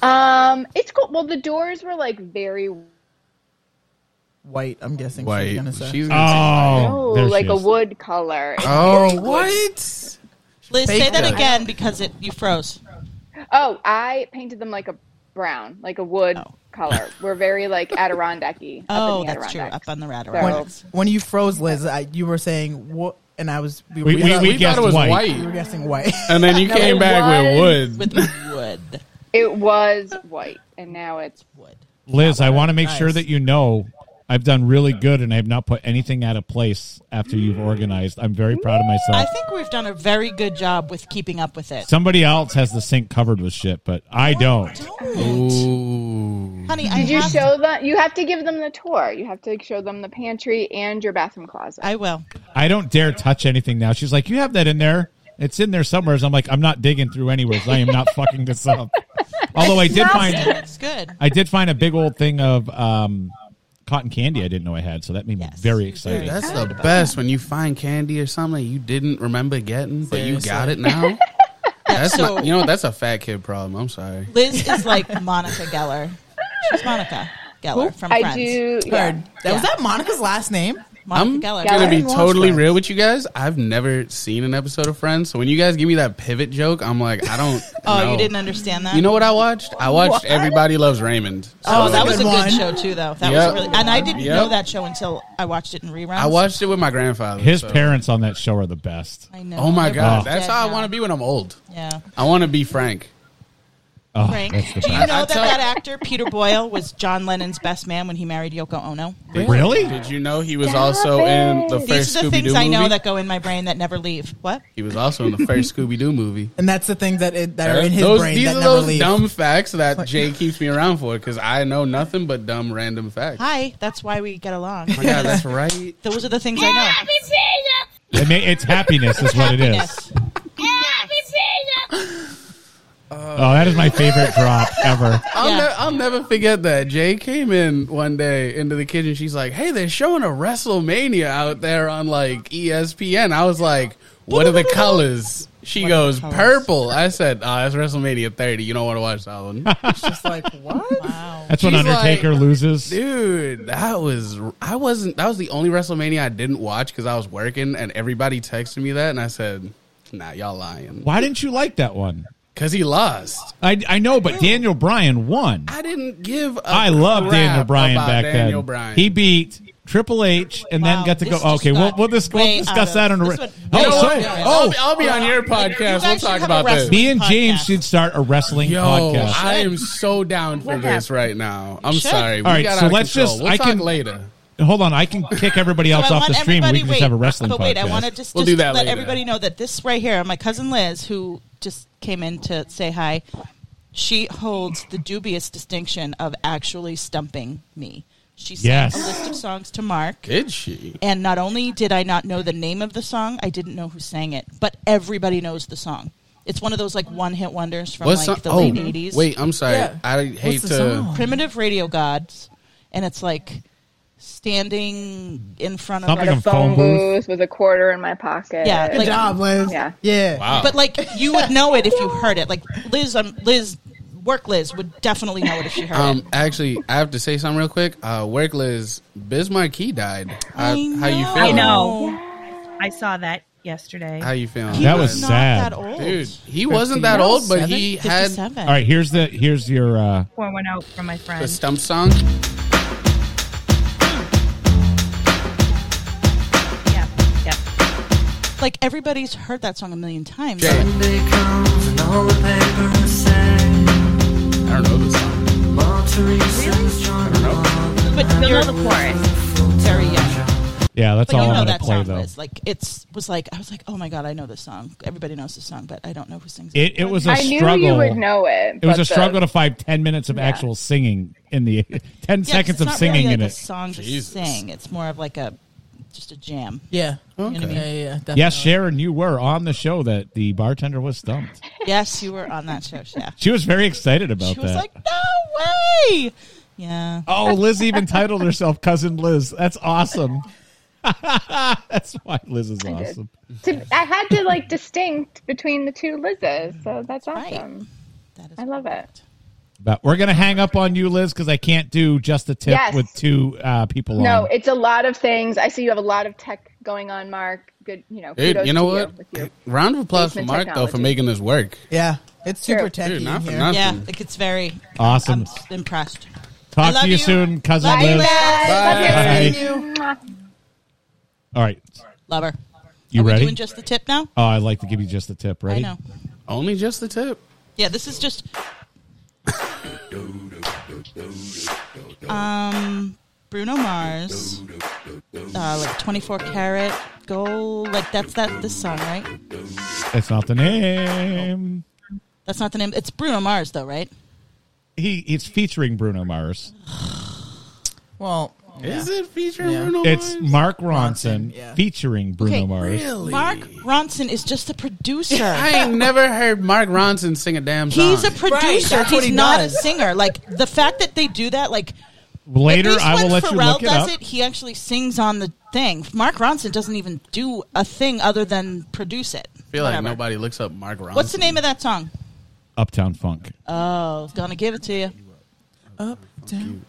Speaker 7: Um, it's cool. Well, the doors were like very
Speaker 5: White, I'm guessing.
Speaker 3: Wait,
Speaker 5: She's gonna say.
Speaker 3: she's gonna
Speaker 4: Oh,
Speaker 7: <laughs> oh,
Speaker 4: there she
Speaker 7: like a
Speaker 4: is.
Speaker 7: wood color.
Speaker 3: say- oh,
Speaker 5: <laughs>
Speaker 3: what?
Speaker 1: Liz, say
Speaker 5: Fake
Speaker 1: that
Speaker 5: it.
Speaker 1: again because it you froze.
Speaker 7: Oh, I painted them like a brown, like a wood
Speaker 1: Oh.
Speaker 7: color. We're very like Adirondacky. up
Speaker 1: Oh,
Speaker 7: in the
Speaker 1: that's true. Up
Speaker 7: Adirondacks.
Speaker 1: on the rad
Speaker 5: when,
Speaker 1: Adirondacks.
Speaker 5: when you froze, Liz, I, you were saying what, and I was we were,
Speaker 4: We-
Speaker 5: guessing-
Speaker 3: We thought
Speaker 4: guessed
Speaker 3: it was
Speaker 4: white.
Speaker 3: white.
Speaker 5: we were guessing white.
Speaker 3: and then you
Speaker 7: No,
Speaker 3: came
Speaker 7: it
Speaker 3: back with
Speaker 7: was-
Speaker 3: wood.
Speaker 1: with wood.
Speaker 7: It was white, and now it's
Speaker 1: Wood.
Speaker 4: Liz, I want to make sure
Speaker 5: Nice.
Speaker 4: that you know I've done really good and I have not put anything out of place after you've organized. I'm very proud of
Speaker 1: I
Speaker 4: myself.
Speaker 1: think we've done a very good job with keeping up with it.
Speaker 4: Somebody else has the sink covered with shit, but I don't.
Speaker 1: Don't.
Speaker 3: Ooh.
Speaker 1: Honey, I
Speaker 7: Did you
Speaker 1: have-
Speaker 7: show them? You have to give them the tour. You have to show them the pantry and your bathroom closet.
Speaker 1: I will.
Speaker 4: I don't dare touch anything now. She's like, "You have that in there. It's in there somewhere." I'm like, "I'm not digging through anywhere. I am not <laughs> fucking this up." Although I did
Speaker 1: <laughs>
Speaker 4: find
Speaker 1: It's good.
Speaker 4: I did find a big old thing of um, cotton candy I didn't know I had, so that made me
Speaker 1: Yes.
Speaker 4: very
Speaker 3: Dude,
Speaker 4: excited.
Speaker 3: that's the best when you find candy or something you didn't remember getting, but you got it now. That's
Speaker 1: So-
Speaker 3: my, you know that's a fat kid problem. I'm sorry.
Speaker 1: Liz is like Monica Geller. She's Monica Geller from Friends.
Speaker 7: I do. Yeah.
Speaker 5: Heard. That was that Monica's last name.
Speaker 1: Monica
Speaker 3: I'm
Speaker 1: Geller.
Speaker 3: gonna be
Speaker 5: didn't watch
Speaker 3: totally
Speaker 5: Friends.
Speaker 3: real with you guys. I've never seen an episode of Friends, so when you guys give me that pivot joke, I'm like, I don't.
Speaker 1: <laughs> oh,
Speaker 3: know.
Speaker 1: you didn't understand that?
Speaker 3: You know what I watched? I watched Everybody Loves Raymond. So
Speaker 1: Oh, that was a
Speaker 5: Good
Speaker 1: good
Speaker 5: one.
Speaker 1: show too, though. That
Speaker 3: Yep.
Speaker 1: was really, and I didn't
Speaker 3: Yep.
Speaker 1: know that show until I watched it in reruns.
Speaker 3: I watched it with my grandfather.
Speaker 4: His
Speaker 3: so-
Speaker 4: parents on that show are the best.
Speaker 1: I know.
Speaker 3: Oh my
Speaker 1: They're
Speaker 3: god,
Speaker 1: both
Speaker 3: that's
Speaker 1: dead
Speaker 3: how I
Speaker 1: now.
Speaker 3: want to be when I'm old.
Speaker 1: Yeah.
Speaker 3: I want to be Frank.
Speaker 4: Oh,
Speaker 1: Frank,
Speaker 4: that's the
Speaker 1: do you know that
Speaker 4: best.
Speaker 3: tell-
Speaker 1: that actor Peter Boyle was John Lennon's best man when he married Yoko Ono?
Speaker 4: Really?
Speaker 3: Did you know he was also in the
Speaker 1: These
Speaker 3: first
Speaker 1: are the
Speaker 3: Scooby Doo
Speaker 1: things
Speaker 3: movie?
Speaker 1: I know that go in my brain that never leave. What?
Speaker 3: he was also in
Speaker 1: <laughs>
Speaker 3: the first Scooby Doo movie.
Speaker 5: And that's the things that it, that are in his
Speaker 3: those,
Speaker 5: brain
Speaker 3: these
Speaker 5: that
Speaker 3: are
Speaker 5: never
Speaker 3: those
Speaker 5: leave.
Speaker 3: dumb facts that Jay keeps me around for because I know nothing but dumb random facts.
Speaker 1: Hi, that's why we get along.
Speaker 3: Oh my god, that's right.
Speaker 1: Those are the things I know.
Speaker 4: I mean, it's happiness is what it is.
Speaker 1: Happiness.
Speaker 4: Oh, that is my favorite drop ever.
Speaker 3: <laughs> I'll,
Speaker 1: Yeah.
Speaker 3: ne- I'll never forget that. Jay came in one day into the kitchen. She's like, "Hey, they're showing a WrestleMania out there on like E ESPN." I was like, "What are the colors?" She goes, "Purple." I said, "Ah, that's WrestleMania 30. You don't want to watch that one."
Speaker 5: Just like what?
Speaker 1: Wow.
Speaker 4: That's when
Speaker 3: She's like-
Speaker 4: Undertaker loses.
Speaker 3: Dude, that was I wasn't that was the only WrestleMania I didn't watch because I was working and everybody texted me that and I said, Nah, y'all lying.
Speaker 4: Why didn't you like that one?
Speaker 3: Because he lost.
Speaker 4: I, I know, but Daniel Bryan won.
Speaker 3: I didn't give. a
Speaker 4: I love
Speaker 3: crap
Speaker 4: Daniel Bryan
Speaker 3: about
Speaker 4: back
Speaker 3: Daniel
Speaker 4: then.
Speaker 3: Bryan.
Speaker 4: He beat Triple H and
Speaker 1: Wow,
Speaker 4: then got to go.
Speaker 1: this just
Speaker 4: Okay, we'll
Speaker 1: got
Speaker 4: we'll, dis-
Speaker 1: way
Speaker 4: we'll
Speaker 1: out
Speaker 4: discuss
Speaker 1: of-
Speaker 4: that on a. Re-
Speaker 1: this went way
Speaker 4: oh,
Speaker 1: out
Speaker 4: sorry.
Speaker 1: of-
Speaker 3: I'll,
Speaker 4: Oh,
Speaker 3: be- I'll be on your podcast. We'll
Speaker 1: guys
Speaker 3: talk
Speaker 1: should have
Speaker 3: about
Speaker 1: a
Speaker 3: this.
Speaker 1: wrestling-
Speaker 4: me and James
Speaker 1: Podcast.
Speaker 4: should start a wrestling
Speaker 3: Yo,
Speaker 4: podcast.
Speaker 3: I am so down for
Speaker 6: What
Speaker 3: this
Speaker 6: happened?
Speaker 3: right now. I'm
Speaker 1: should.
Speaker 3: sorry.
Speaker 4: All right, so let's just-
Speaker 3: We'll
Speaker 4: I
Speaker 3: talk
Speaker 4: can-
Speaker 3: later.
Speaker 4: Hold on, I can kick everybody else
Speaker 1: So I
Speaker 4: off the
Speaker 1: want
Speaker 4: stream. and
Speaker 1: everybody-
Speaker 4: We can
Speaker 1: wait,
Speaker 4: just have a wrestling
Speaker 1: But wait,
Speaker 4: podcast.
Speaker 1: I want to just,
Speaker 3: We'll
Speaker 1: just
Speaker 3: do that
Speaker 1: let
Speaker 3: later.
Speaker 1: everybody know that this right here, my cousin Liz, who just came in to say hi, she holds the dubious distinction of actually stumping me. She sang
Speaker 4: Yes.
Speaker 1: a list of songs to Mark.
Speaker 3: Did she?
Speaker 1: And not only did I not know the name of the song, I didn't know who sang it, but everybody knows the song. It's one of those like one hit wonders from
Speaker 3: What's
Speaker 1: like
Speaker 3: so-
Speaker 1: the
Speaker 3: oh,
Speaker 1: late 80s.
Speaker 3: Wait, I'm sorry.
Speaker 5: Yeah.
Speaker 3: I hate
Speaker 5: What's the
Speaker 3: to.
Speaker 5: song?
Speaker 1: Primitive Radio Gods. And it's like standing in front of
Speaker 4: Something
Speaker 1: our
Speaker 4: of- Phone
Speaker 7: Phone
Speaker 4: booth.
Speaker 7: booth with a quarter in my pocket.
Speaker 1: Yeah,
Speaker 5: Good
Speaker 1: like-
Speaker 5: job, Liz.
Speaker 7: Yeah.
Speaker 5: Yeah.
Speaker 3: Wow.
Speaker 1: But like you would know it if you heard it. Like Liz, um, Liz, work Liz would definitely know it if she heard it.
Speaker 3: um, actually, I have to say something real quick. Uh, work, Liz. Biz Marquis died. How, how you feeling?
Speaker 6: I know. I saw that yesterday.
Speaker 3: How you feeling?
Speaker 4: That was
Speaker 1: He's not
Speaker 4: sad.
Speaker 1: that old.
Speaker 3: dude. He wasn't that old, but he had
Speaker 1: 57.
Speaker 4: All right, here's the here's your. uh
Speaker 6: Pour one out from my friend.
Speaker 3: the stump song.
Speaker 6: Yeah, yeah.
Speaker 1: Like everybody's heard that song a million times.
Speaker 3: Jay.
Speaker 8: Sunday comes and all the papers say
Speaker 3: I don't know this song.
Speaker 8: Mother Teresa's John Law.
Speaker 1: But
Speaker 6: You'll
Speaker 1: you're
Speaker 6: know the chorus.
Speaker 1: very young.
Speaker 4: Yeah, that's
Speaker 1: But
Speaker 4: all
Speaker 1: you
Speaker 4: I
Speaker 1: know
Speaker 4: want to
Speaker 1: that
Speaker 4: play
Speaker 1: song,
Speaker 4: though.
Speaker 1: Liz. Like it's was like I was like, oh my god, I know this song. Everybody knows this song, but I don't know who sings it.
Speaker 4: It, it was a
Speaker 7: I
Speaker 4: struggle.
Speaker 7: knew you would know it.
Speaker 4: It was
Speaker 7: but
Speaker 4: a struggle to
Speaker 7: the,
Speaker 4: find ten minutes of actual singing in the <laughs> ten
Speaker 1: Yeah, 'cause
Speaker 4: seconds
Speaker 1: it's
Speaker 4: of
Speaker 1: not
Speaker 4: singing
Speaker 1: really
Speaker 4: in
Speaker 1: like a
Speaker 4: it.
Speaker 1: song to
Speaker 3: Jesus.
Speaker 1: sing. It's more of like a just a jam.
Speaker 5: Yeah.
Speaker 1: You know what I mean?
Speaker 5: Yeah, yeah, definitely.
Speaker 4: <laughs> Yes, Sharon, you were on the show that the bartender was stumped.
Speaker 1: Yes, you were on that show, Chef.
Speaker 4: She was very excited about
Speaker 1: She was
Speaker 4: that.
Speaker 1: like, no way. Yeah.
Speaker 4: oh, Liz even titled herself Cousin Liz. That's <laughs> awesome. That's why Liz is
Speaker 7: did.
Speaker 4: awesome.
Speaker 7: to, I had to like distinct between the two Lizes, so that's
Speaker 1: Right.
Speaker 7: awesome.
Speaker 1: That is
Speaker 7: I love
Speaker 1: correct.
Speaker 4: But we're gonna hang up on you, Liz, because I can't do just a tip
Speaker 7: Yes.
Speaker 4: with two uh, people
Speaker 7: No,
Speaker 4: on.
Speaker 7: it's a lot of things. I see you have a lot of tech going on, Mark. Good, you know.
Speaker 3: Dude,
Speaker 7: kudos
Speaker 3: you know
Speaker 7: to
Speaker 3: what?
Speaker 7: with you.
Speaker 3: Round of applause for
Speaker 7: Basement
Speaker 3: Mark though for
Speaker 7: technology.
Speaker 3: making this work.
Speaker 5: Yeah. It's super
Speaker 7: Sure.
Speaker 5: techy
Speaker 3: Dude, not
Speaker 5: in
Speaker 3: for
Speaker 5: here.
Speaker 3: nothing.
Speaker 1: Yeah, like it's very
Speaker 4: Awesome.
Speaker 1: I'm s- impressed. I love
Speaker 4: Talk to Um, you,
Speaker 1: you.
Speaker 4: soon, Cousin
Speaker 7: Bye,
Speaker 4: Liz.
Speaker 7: Liz.
Speaker 3: Bye.
Speaker 7: Love you. Mwah.
Speaker 4: All right.
Speaker 1: Love her.
Speaker 4: You
Speaker 1: Are
Speaker 4: ready?
Speaker 1: We doing just the tip now?
Speaker 4: Oh, I'd like to give you just a tip. Ready?
Speaker 1: I know.
Speaker 3: Only just the tip.
Speaker 1: Yeah, this is just. um, Bruno Mars, uh, like 24 karat gold. Like that's that this song, right?
Speaker 4: It's not the name.
Speaker 1: That's not the name. It's Bruno Mars though, right?
Speaker 4: He it's featuring Bruno Mars.
Speaker 5: Well,
Speaker 3: Is it featuring
Speaker 5: Yeah.
Speaker 3: Bruno
Speaker 4: It's
Speaker 3: Mars?
Speaker 4: Mark Ronson
Speaker 5: Ronson, yeah.
Speaker 4: featuring Bruno
Speaker 1: Okay,
Speaker 4: Mars.
Speaker 3: really.
Speaker 1: Mark Ronson is just a
Speaker 5: <laughs>
Speaker 1: producer.
Speaker 3: I ain't never heard Mark Ronson sing a damn song.
Speaker 1: He's a producer.
Speaker 5: that's what
Speaker 1: He's
Speaker 5: he
Speaker 1: not a
Speaker 5: does.
Speaker 1: singer. Like the fact that they do that, like
Speaker 4: Later,
Speaker 1: At least
Speaker 4: I will
Speaker 1: when
Speaker 4: let
Speaker 1: Pharrell
Speaker 4: you look it
Speaker 1: does
Speaker 4: up.
Speaker 1: it, he actually sings on the thing. Mark Ronson doesn't even do a thing other than produce it.
Speaker 3: I feel like
Speaker 1: Whatever.
Speaker 3: nobody looks up Mark Ronson.
Speaker 1: What's the name of that song?
Speaker 4: Uptown Funk.
Speaker 1: Oh, gonna give it to you.
Speaker 5: up, down.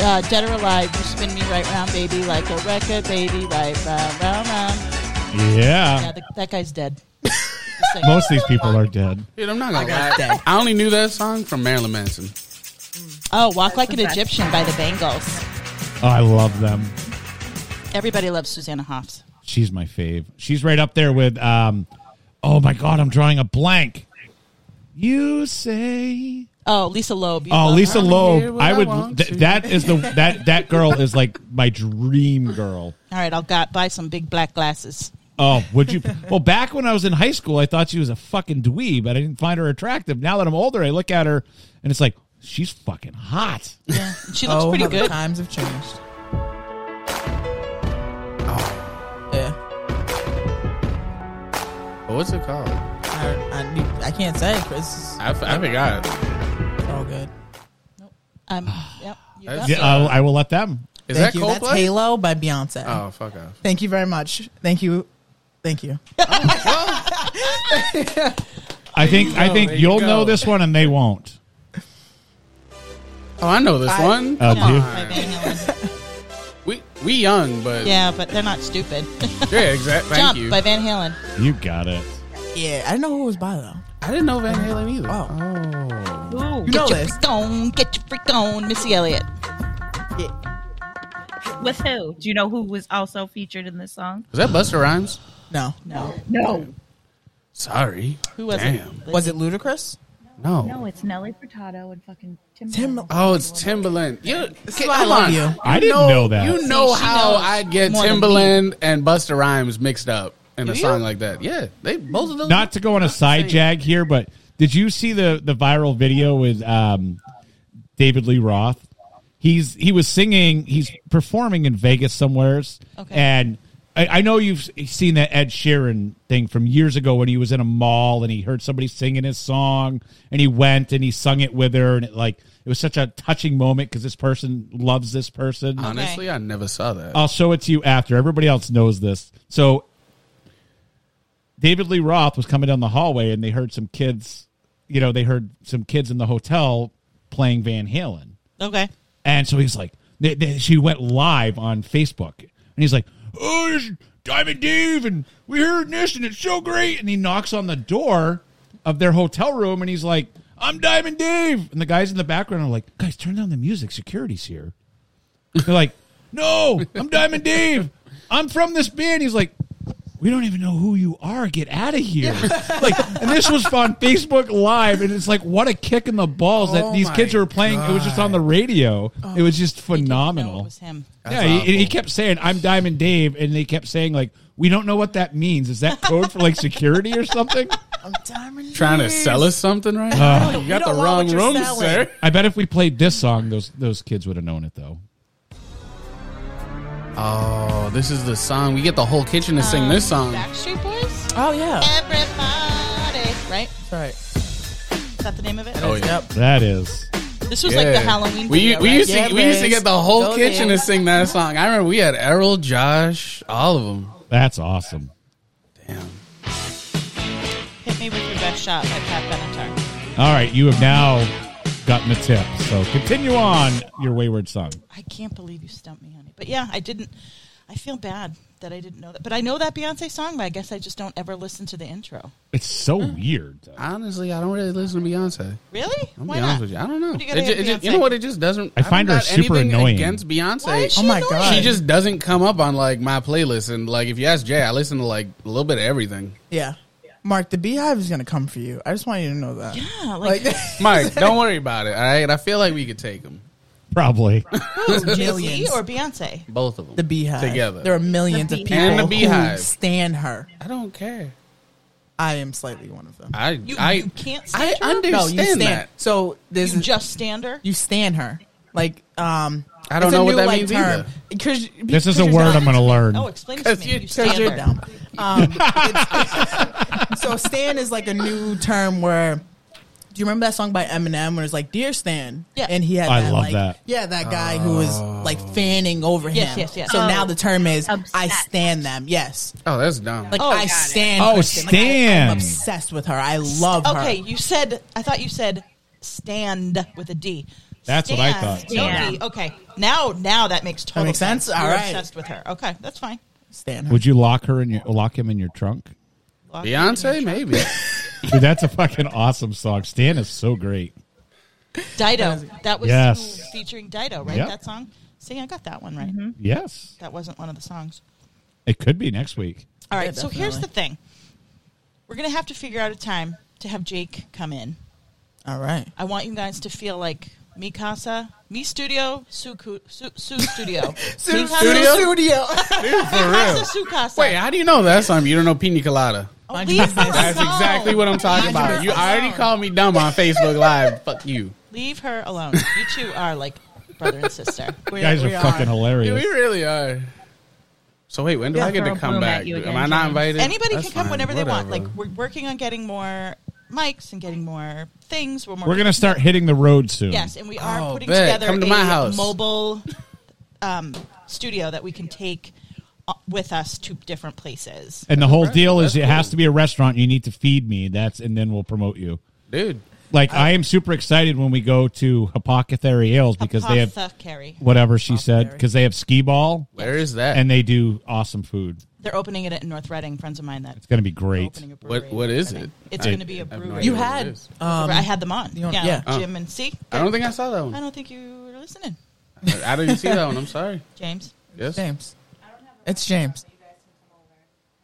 Speaker 1: Uh, Dead or Alive, you spin me right round, baby, like a record, baby, right round, round, round. Yeah,
Speaker 4: Yeah.
Speaker 1: the, that guy's
Speaker 4: <laughs>
Speaker 1: dead.
Speaker 4: Most of these people are dead.
Speaker 3: Dude, I'm not gonna lie. I only knew that song from Marilyn Manson.
Speaker 1: Oh, Walk Like an Egyptian by the Bangles.
Speaker 4: Oh, I love them.
Speaker 1: Everybody loves Susanna Hoffs.
Speaker 4: She's my fave. She's right up there with um Oh my god, I'm drawing a blank. You say
Speaker 1: Oh, Lisa Loeb. you
Speaker 4: Oh,
Speaker 1: love
Speaker 4: Lisa
Speaker 1: her.
Speaker 3: here
Speaker 4: Loeb.
Speaker 3: when
Speaker 4: I
Speaker 3: I
Speaker 4: would
Speaker 3: want
Speaker 4: th-
Speaker 3: to.
Speaker 4: that is the that that girl is like my dream girl.
Speaker 1: All right, I'll got, buy some big black glasses.
Speaker 4: Oh, would you? Well, back when I was in high school, I thought she was a fucking dweeb, but I didn't find her attractive. Now that I'm older, I look at her and it's like she's fucking hot.
Speaker 1: Yeah. She looks
Speaker 5: Oh,
Speaker 1: pretty
Speaker 5: how the
Speaker 1: good.
Speaker 5: times have changed. Yeah.
Speaker 3: But what's it called?
Speaker 5: I, I, need- I can't say, Chris.
Speaker 3: I, f- I forgot.
Speaker 5: It's all good.
Speaker 1: Um, yep, you
Speaker 3: That's-
Speaker 1: got
Speaker 4: Yeah,
Speaker 1: me.
Speaker 4: I'll, I will let them.
Speaker 3: Is
Speaker 5: Thank
Speaker 3: that
Speaker 5: you. That's
Speaker 3: Coldplay?
Speaker 5: Halo by Beyonce.
Speaker 3: Oh, fuck off.
Speaker 5: Thank you very much. Thank you. Thank you.
Speaker 4: I think I think
Speaker 3: there you
Speaker 4: you'll
Speaker 3: go.
Speaker 4: know this one and they won't.
Speaker 3: Oh, I know this one.
Speaker 4: Uh,
Speaker 1: No,
Speaker 4: do you-
Speaker 1: by Van Halen.
Speaker 3: We We young, but
Speaker 1: Yeah,
Speaker 3: yeah,
Speaker 1: but they're not stupid.
Speaker 3: exactly. Thank
Speaker 1: Jump
Speaker 3: you.
Speaker 1: by Van Halen.
Speaker 4: You got it.
Speaker 5: Yeah, I didn't know who was by though.
Speaker 3: I didn't know Van Halen either.
Speaker 5: Oh.
Speaker 6: Ooh.
Speaker 5: You know
Speaker 1: Get your
Speaker 5: this.
Speaker 1: freak on, get your freak on, Missy Elliott.
Speaker 6: With who? Do you know who was also featured in this song?
Speaker 3: Was that Buster Rhymes?
Speaker 5: No.
Speaker 1: No,
Speaker 6: No.
Speaker 3: Sorry.
Speaker 1: who was
Speaker 3: Damn.
Speaker 1: it?
Speaker 5: Was it ludicrous?
Speaker 3: No.
Speaker 6: No, it's Nelly Furtado and fucking Tim.
Speaker 5: Tim-
Speaker 3: Oh, it's Timbaland. You,
Speaker 5: is why I love you.
Speaker 4: I didn't know that.
Speaker 3: You know
Speaker 1: See, she
Speaker 3: how
Speaker 1: knows
Speaker 3: I get
Speaker 1: more than
Speaker 3: Timbaland and Buster Rhymes mixed up in a
Speaker 1: you?
Speaker 3: song like that. Yeah, they both of those.
Speaker 4: Not to go on a side jag here, but did you see the the viral video with um, David Lee Roth? He's he was singing. He's performing in Vegas somewheres,
Speaker 1: Okay.
Speaker 4: and. I I know you've seen that Ed Sheeran thing from years ago when he was in a mall and he heard somebody singing his song and he went and he sung it with her and it like it was such a touching moment because this person loves this person.
Speaker 3: honestly, I never saw that.
Speaker 4: I'll show it to you after. Everybody else knows this. So David Lee Roth was coming down the hallway and they heard some kids, you know, they heard some kids in the hotel playing Van Halen.
Speaker 1: Okay.
Speaker 4: And so he's like, they, they, she went live on Facebook, and he's like, "Oh, this is Diamond Dave, and we heard this, and it's so great." And he knocks on the door of their hotel room, and he's like, "I'm Diamond Dave," and the guys in the background are like, "Guys, turn down the music. Security's here." They're like, "No, I'm Diamond Dave. I'm from this band." He's like. We don't even know who you are. Get out
Speaker 1: <laughs>
Speaker 4: of here! like, and this was on Facebook Live, and it's like, what a kick in the balls that
Speaker 3: Oh
Speaker 4: these
Speaker 3: my
Speaker 4: kids were playing. It was just on the the radio.
Speaker 1: Oh,
Speaker 4: It was just
Speaker 1: No, it
Speaker 4: phenomenal.
Speaker 1: was him.
Speaker 4: Yeah, he, he kept saying, "I'm Diamond Dave," and they kept saying, "Like we don't know what that means. Is that code for like security or something?"
Speaker 5: I'm diamond.
Speaker 3: Trying to
Speaker 5: Years.
Speaker 3: sell us something right now? <laughs> You got
Speaker 5: don't
Speaker 3: the
Speaker 5: want
Speaker 3: wrong
Speaker 5: what you're
Speaker 3: room,
Speaker 5: selling.
Speaker 3: sir.
Speaker 4: I bet if we played this song, those those kids would have known it though.
Speaker 3: Oh, this is the song. We get the whole kitchen to sing this song.
Speaker 1: Backstreet Boys?
Speaker 5: Oh yeah.
Speaker 1: Everybody. Right?
Speaker 5: That's right.
Speaker 1: Is that the name of it?
Speaker 3: Oh, yeah.
Speaker 5: Yep.
Speaker 4: That is
Speaker 1: This was like the
Speaker 3: Yeah.
Speaker 1: Halloween
Speaker 3: We,
Speaker 1: video,
Speaker 3: we,
Speaker 1: right?
Speaker 3: used to,
Speaker 5: Yeah,
Speaker 3: we used to
Speaker 5: Liz.
Speaker 3: get the whole
Speaker 5: Go
Speaker 3: kitchen
Speaker 5: Liz.
Speaker 3: to sing that song. I remember we had Errol, Josh, all of them.
Speaker 4: that's awesome.
Speaker 3: Damn.
Speaker 1: Hit me with your best shot by Pat Benatar.
Speaker 4: All right, you have now gotten the tip. So continue on your wayward song.
Speaker 1: I can't believe you stumped me, honey. But yeah, I didn't. I feel bad that I didn't know that. But I know that Beyonce song, but I guess I just don't ever listen to the intro.
Speaker 4: It's so weird. though.
Speaker 3: Honestly, I don't really listen to Beyonce.
Speaker 1: Really?
Speaker 3: I'm
Speaker 1: Why
Speaker 3: be honest
Speaker 1: not?
Speaker 3: with you. I don't know.
Speaker 1: What do you gotta
Speaker 3: It ju-
Speaker 1: hate
Speaker 3: it ju- you
Speaker 1: Beyonce?
Speaker 3: know what? It just doesn't.
Speaker 4: I find
Speaker 3: I've
Speaker 4: her
Speaker 3: got
Speaker 4: super
Speaker 3: anything
Speaker 4: annoying.
Speaker 3: Against Beyonce,
Speaker 1: Why is she
Speaker 5: Oh my
Speaker 1: annoying?
Speaker 5: God.
Speaker 3: she just doesn't come up on like my playlist. And like, if you ask Jay, I listen to like a little bit of everything.
Speaker 5: Yeah. Mark, the beehive is gonna come for you. I just want you to know that.
Speaker 1: Yeah, like,
Speaker 5: Like,
Speaker 3: Mike, don't worry about it. All right, I feel like we could take them,
Speaker 4: Probably.
Speaker 1: who, Jay-Z
Speaker 5: millions.
Speaker 1: or Beyonce?
Speaker 3: both of them,
Speaker 5: the beehive.
Speaker 3: together.
Speaker 5: There are millions of
Speaker 6: The
Speaker 5: people
Speaker 6: Beehive.
Speaker 3: And the Beehive.
Speaker 5: who stand her.
Speaker 3: I don't care.
Speaker 5: I am slightly one of them.
Speaker 3: I
Speaker 1: You,
Speaker 3: I
Speaker 1: you can't
Speaker 3: I
Speaker 1: stand her?
Speaker 3: understand
Speaker 5: no, you stand.
Speaker 3: that.
Speaker 5: So there's
Speaker 1: You just stand her?
Speaker 5: you stand her. Like um
Speaker 3: I don't
Speaker 5: it's a
Speaker 3: know what
Speaker 5: new,
Speaker 3: that
Speaker 5: like,
Speaker 3: means
Speaker 5: term.
Speaker 3: either.
Speaker 5: Because-
Speaker 4: this is
Speaker 5: because
Speaker 4: a
Speaker 5: you're
Speaker 4: word
Speaker 5: dumb.
Speaker 4: I'm going to learn.
Speaker 1: Oh, explain it to
Speaker 3: 'Cause
Speaker 1: me.
Speaker 3: you-
Speaker 1: You
Speaker 3: 'cause
Speaker 1: stand
Speaker 5: Because you're
Speaker 1: her.
Speaker 5: dumb. Um,
Speaker 3: <laughs>
Speaker 5: it's- so Stan is like a new term where. Do you remember that song by Eminem when it's like "Dear Stan"?
Speaker 1: Yeah.
Speaker 5: and he had
Speaker 4: I
Speaker 5: that,
Speaker 4: love
Speaker 5: like,
Speaker 4: that.
Speaker 5: Yeah, that guy who was like fanning over
Speaker 1: Yes,
Speaker 5: him.
Speaker 1: yes, yes.
Speaker 5: So
Speaker 1: Oh.
Speaker 5: now the term is "I
Speaker 6: Obsessed.
Speaker 5: stand them." Yes,
Speaker 3: Oh, that's dumb.
Speaker 5: like
Speaker 1: Oh,
Speaker 5: I
Speaker 1: got it.
Speaker 5: stand.
Speaker 4: Oh,
Speaker 5: Kristen. Like,
Speaker 4: Stan.
Speaker 5: I, am obsessed with her. I love her.
Speaker 1: Okay, you said I thought you said stand with a D.
Speaker 4: That's what I
Speaker 1: Stand,
Speaker 4: thought.
Speaker 1: no
Speaker 6: Yeah.
Speaker 1: D. Okay. Now now that makes total
Speaker 5: makes sense?
Speaker 1: All
Speaker 5: All
Speaker 1: You're
Speaker 5: right.
Speaker 1: obsessed with her. Okay, that's fine.
Speaker 5: Stan. Her.
Speaker 4: Would you lock her in your lock him in your trunk?
Speaker 1: Lock it. <laughs>
Speaker 3: Beyonce, maybe.
Speaker 4: Dude, that's a fucking awesome song. Stan is so great.
Speaker 1: Dido. That was
Speaker 4: Yes.
Speaker 1: who- featuring Dido, right?
Speaker 4: Yep.
Speaker 1: That song? See, I got that one right.
Speaker 4: Mm-hmm. Yes.
Speaker 1: That wasn't one of the songs.
Speaker 4: It could be next week.
Speaker 1: All right,
Speaker 5: Yeah,
Speaker 1: so here's the
Speaker 5: definitely.
Speaker 1: thing. We're gonna have to figure out a time to have Jake come in.
Speaker 5: All right.
Speaker 1: I want you guys to feel like Mi Casa, Mi Studio, Su, Cu- Su, Su
Speaker 3: <laughs>
Speaker 1: Studio. Mi Casa,
Speaker 3: Studio?
Speaker 1: Su-
Speaker 5: Studio.
Speaker 3: For
Speaker 1: Casa,
Speaker 3: real.
Speaker 1: Su Casa.
Speaker 3: Wait, how do you know that song? You don't know Pina Colada.
Speaker 1: Oh, leave her
Speaker 3: That's
Speaker 1: alone.
Speaker 3: exactly what I'm talking about. You already called me dumb on Facebook Live. Fuck you.
Speaker 1: Leave her alone. You two are like brother and
Speaker 3: <laughs>
Speaker 1: sister.
Speaker 4: You guys are
Speaker 5: we
Speaker 4: fucking
Speaker 3: Yeah, we
Speaker 4: hilarious.
Speaker 3: really are. So wait, when do
Speaker 6: Yeah,
Speaker 3: I get
Speaker 6: throw
Speaker 3: to
Speaker 6: a
Speaker 3: come
Speaker 6: broom
Speaker 3: back?
Speaker 6: at you again,
Speaker 3: Am I not
Speaker 6: James.
Speaker 3: invited?
Speaker 1: Anybody
Speaker 3: That's
Speaker 1: can come
Speaker 3: fine,
Speaker 1: whenever they want.
Speaker 3: whatever.
Speaker 1: Like we're working on getting more mics and getting more things. We're more
Speaker 4: We're gonna start hitting the road soon.
Speaker 1: yes, and we are
Speaker 3: Oh,
Speaker 1: putting
Speaker 3: bet.
Speaker 1: together
Speaker 3: Come to
Speaker 1: a
Speaker 3: my house.
Speaker 1: mobile um, studio that we can take uh, with us to different places.
Speaker 4: And the whole deal is it has to be a restaurant. You need to feed me. That's and then we'll promote you.
Speaker 3: dude,
Speaker 4: Like I am super excited when we go to Apothecary Ales because they have
Speaker 1: Apothecary.
Speaker 4: whatever she said because they have skee ball
Speaker 3: Where is that?
Speaker 4: and they do awesome food.
Speaker 1: They're opening it in North Reading. Friends of mine that
Speaker 4: It's gonna be great.
Speaker 1: opening a brewery.
Speaker 3: what what is
Speaker 1: I
Speaker 3: it?
Speaker 1: think. It's
Speaker 3: I-
Speaker 1: going to be a
Speaker 3: I have no
Speaker 1: brewery.
Speaker 3: idea
Speaker 5: You
Speaker 3: what
Speaker 5: had-
Speaker 3: it is.
Speaker 6: Um,
Speaker 1: I had them on.
Speaker 5: you don't-
Speaker 1: yeah,
Speaker 5: yeah.
Speaker 3: Oh.
Speaker 1: Jim and C.
Speaker 3: I don't think I saw that one.
Speaker 1: I don't think you were listening,
Speaker 3: I didn't see that one. I'm sorry.
Speaker 1: James.
Speaker 3: Yes.
Speaker 5: James. It's James.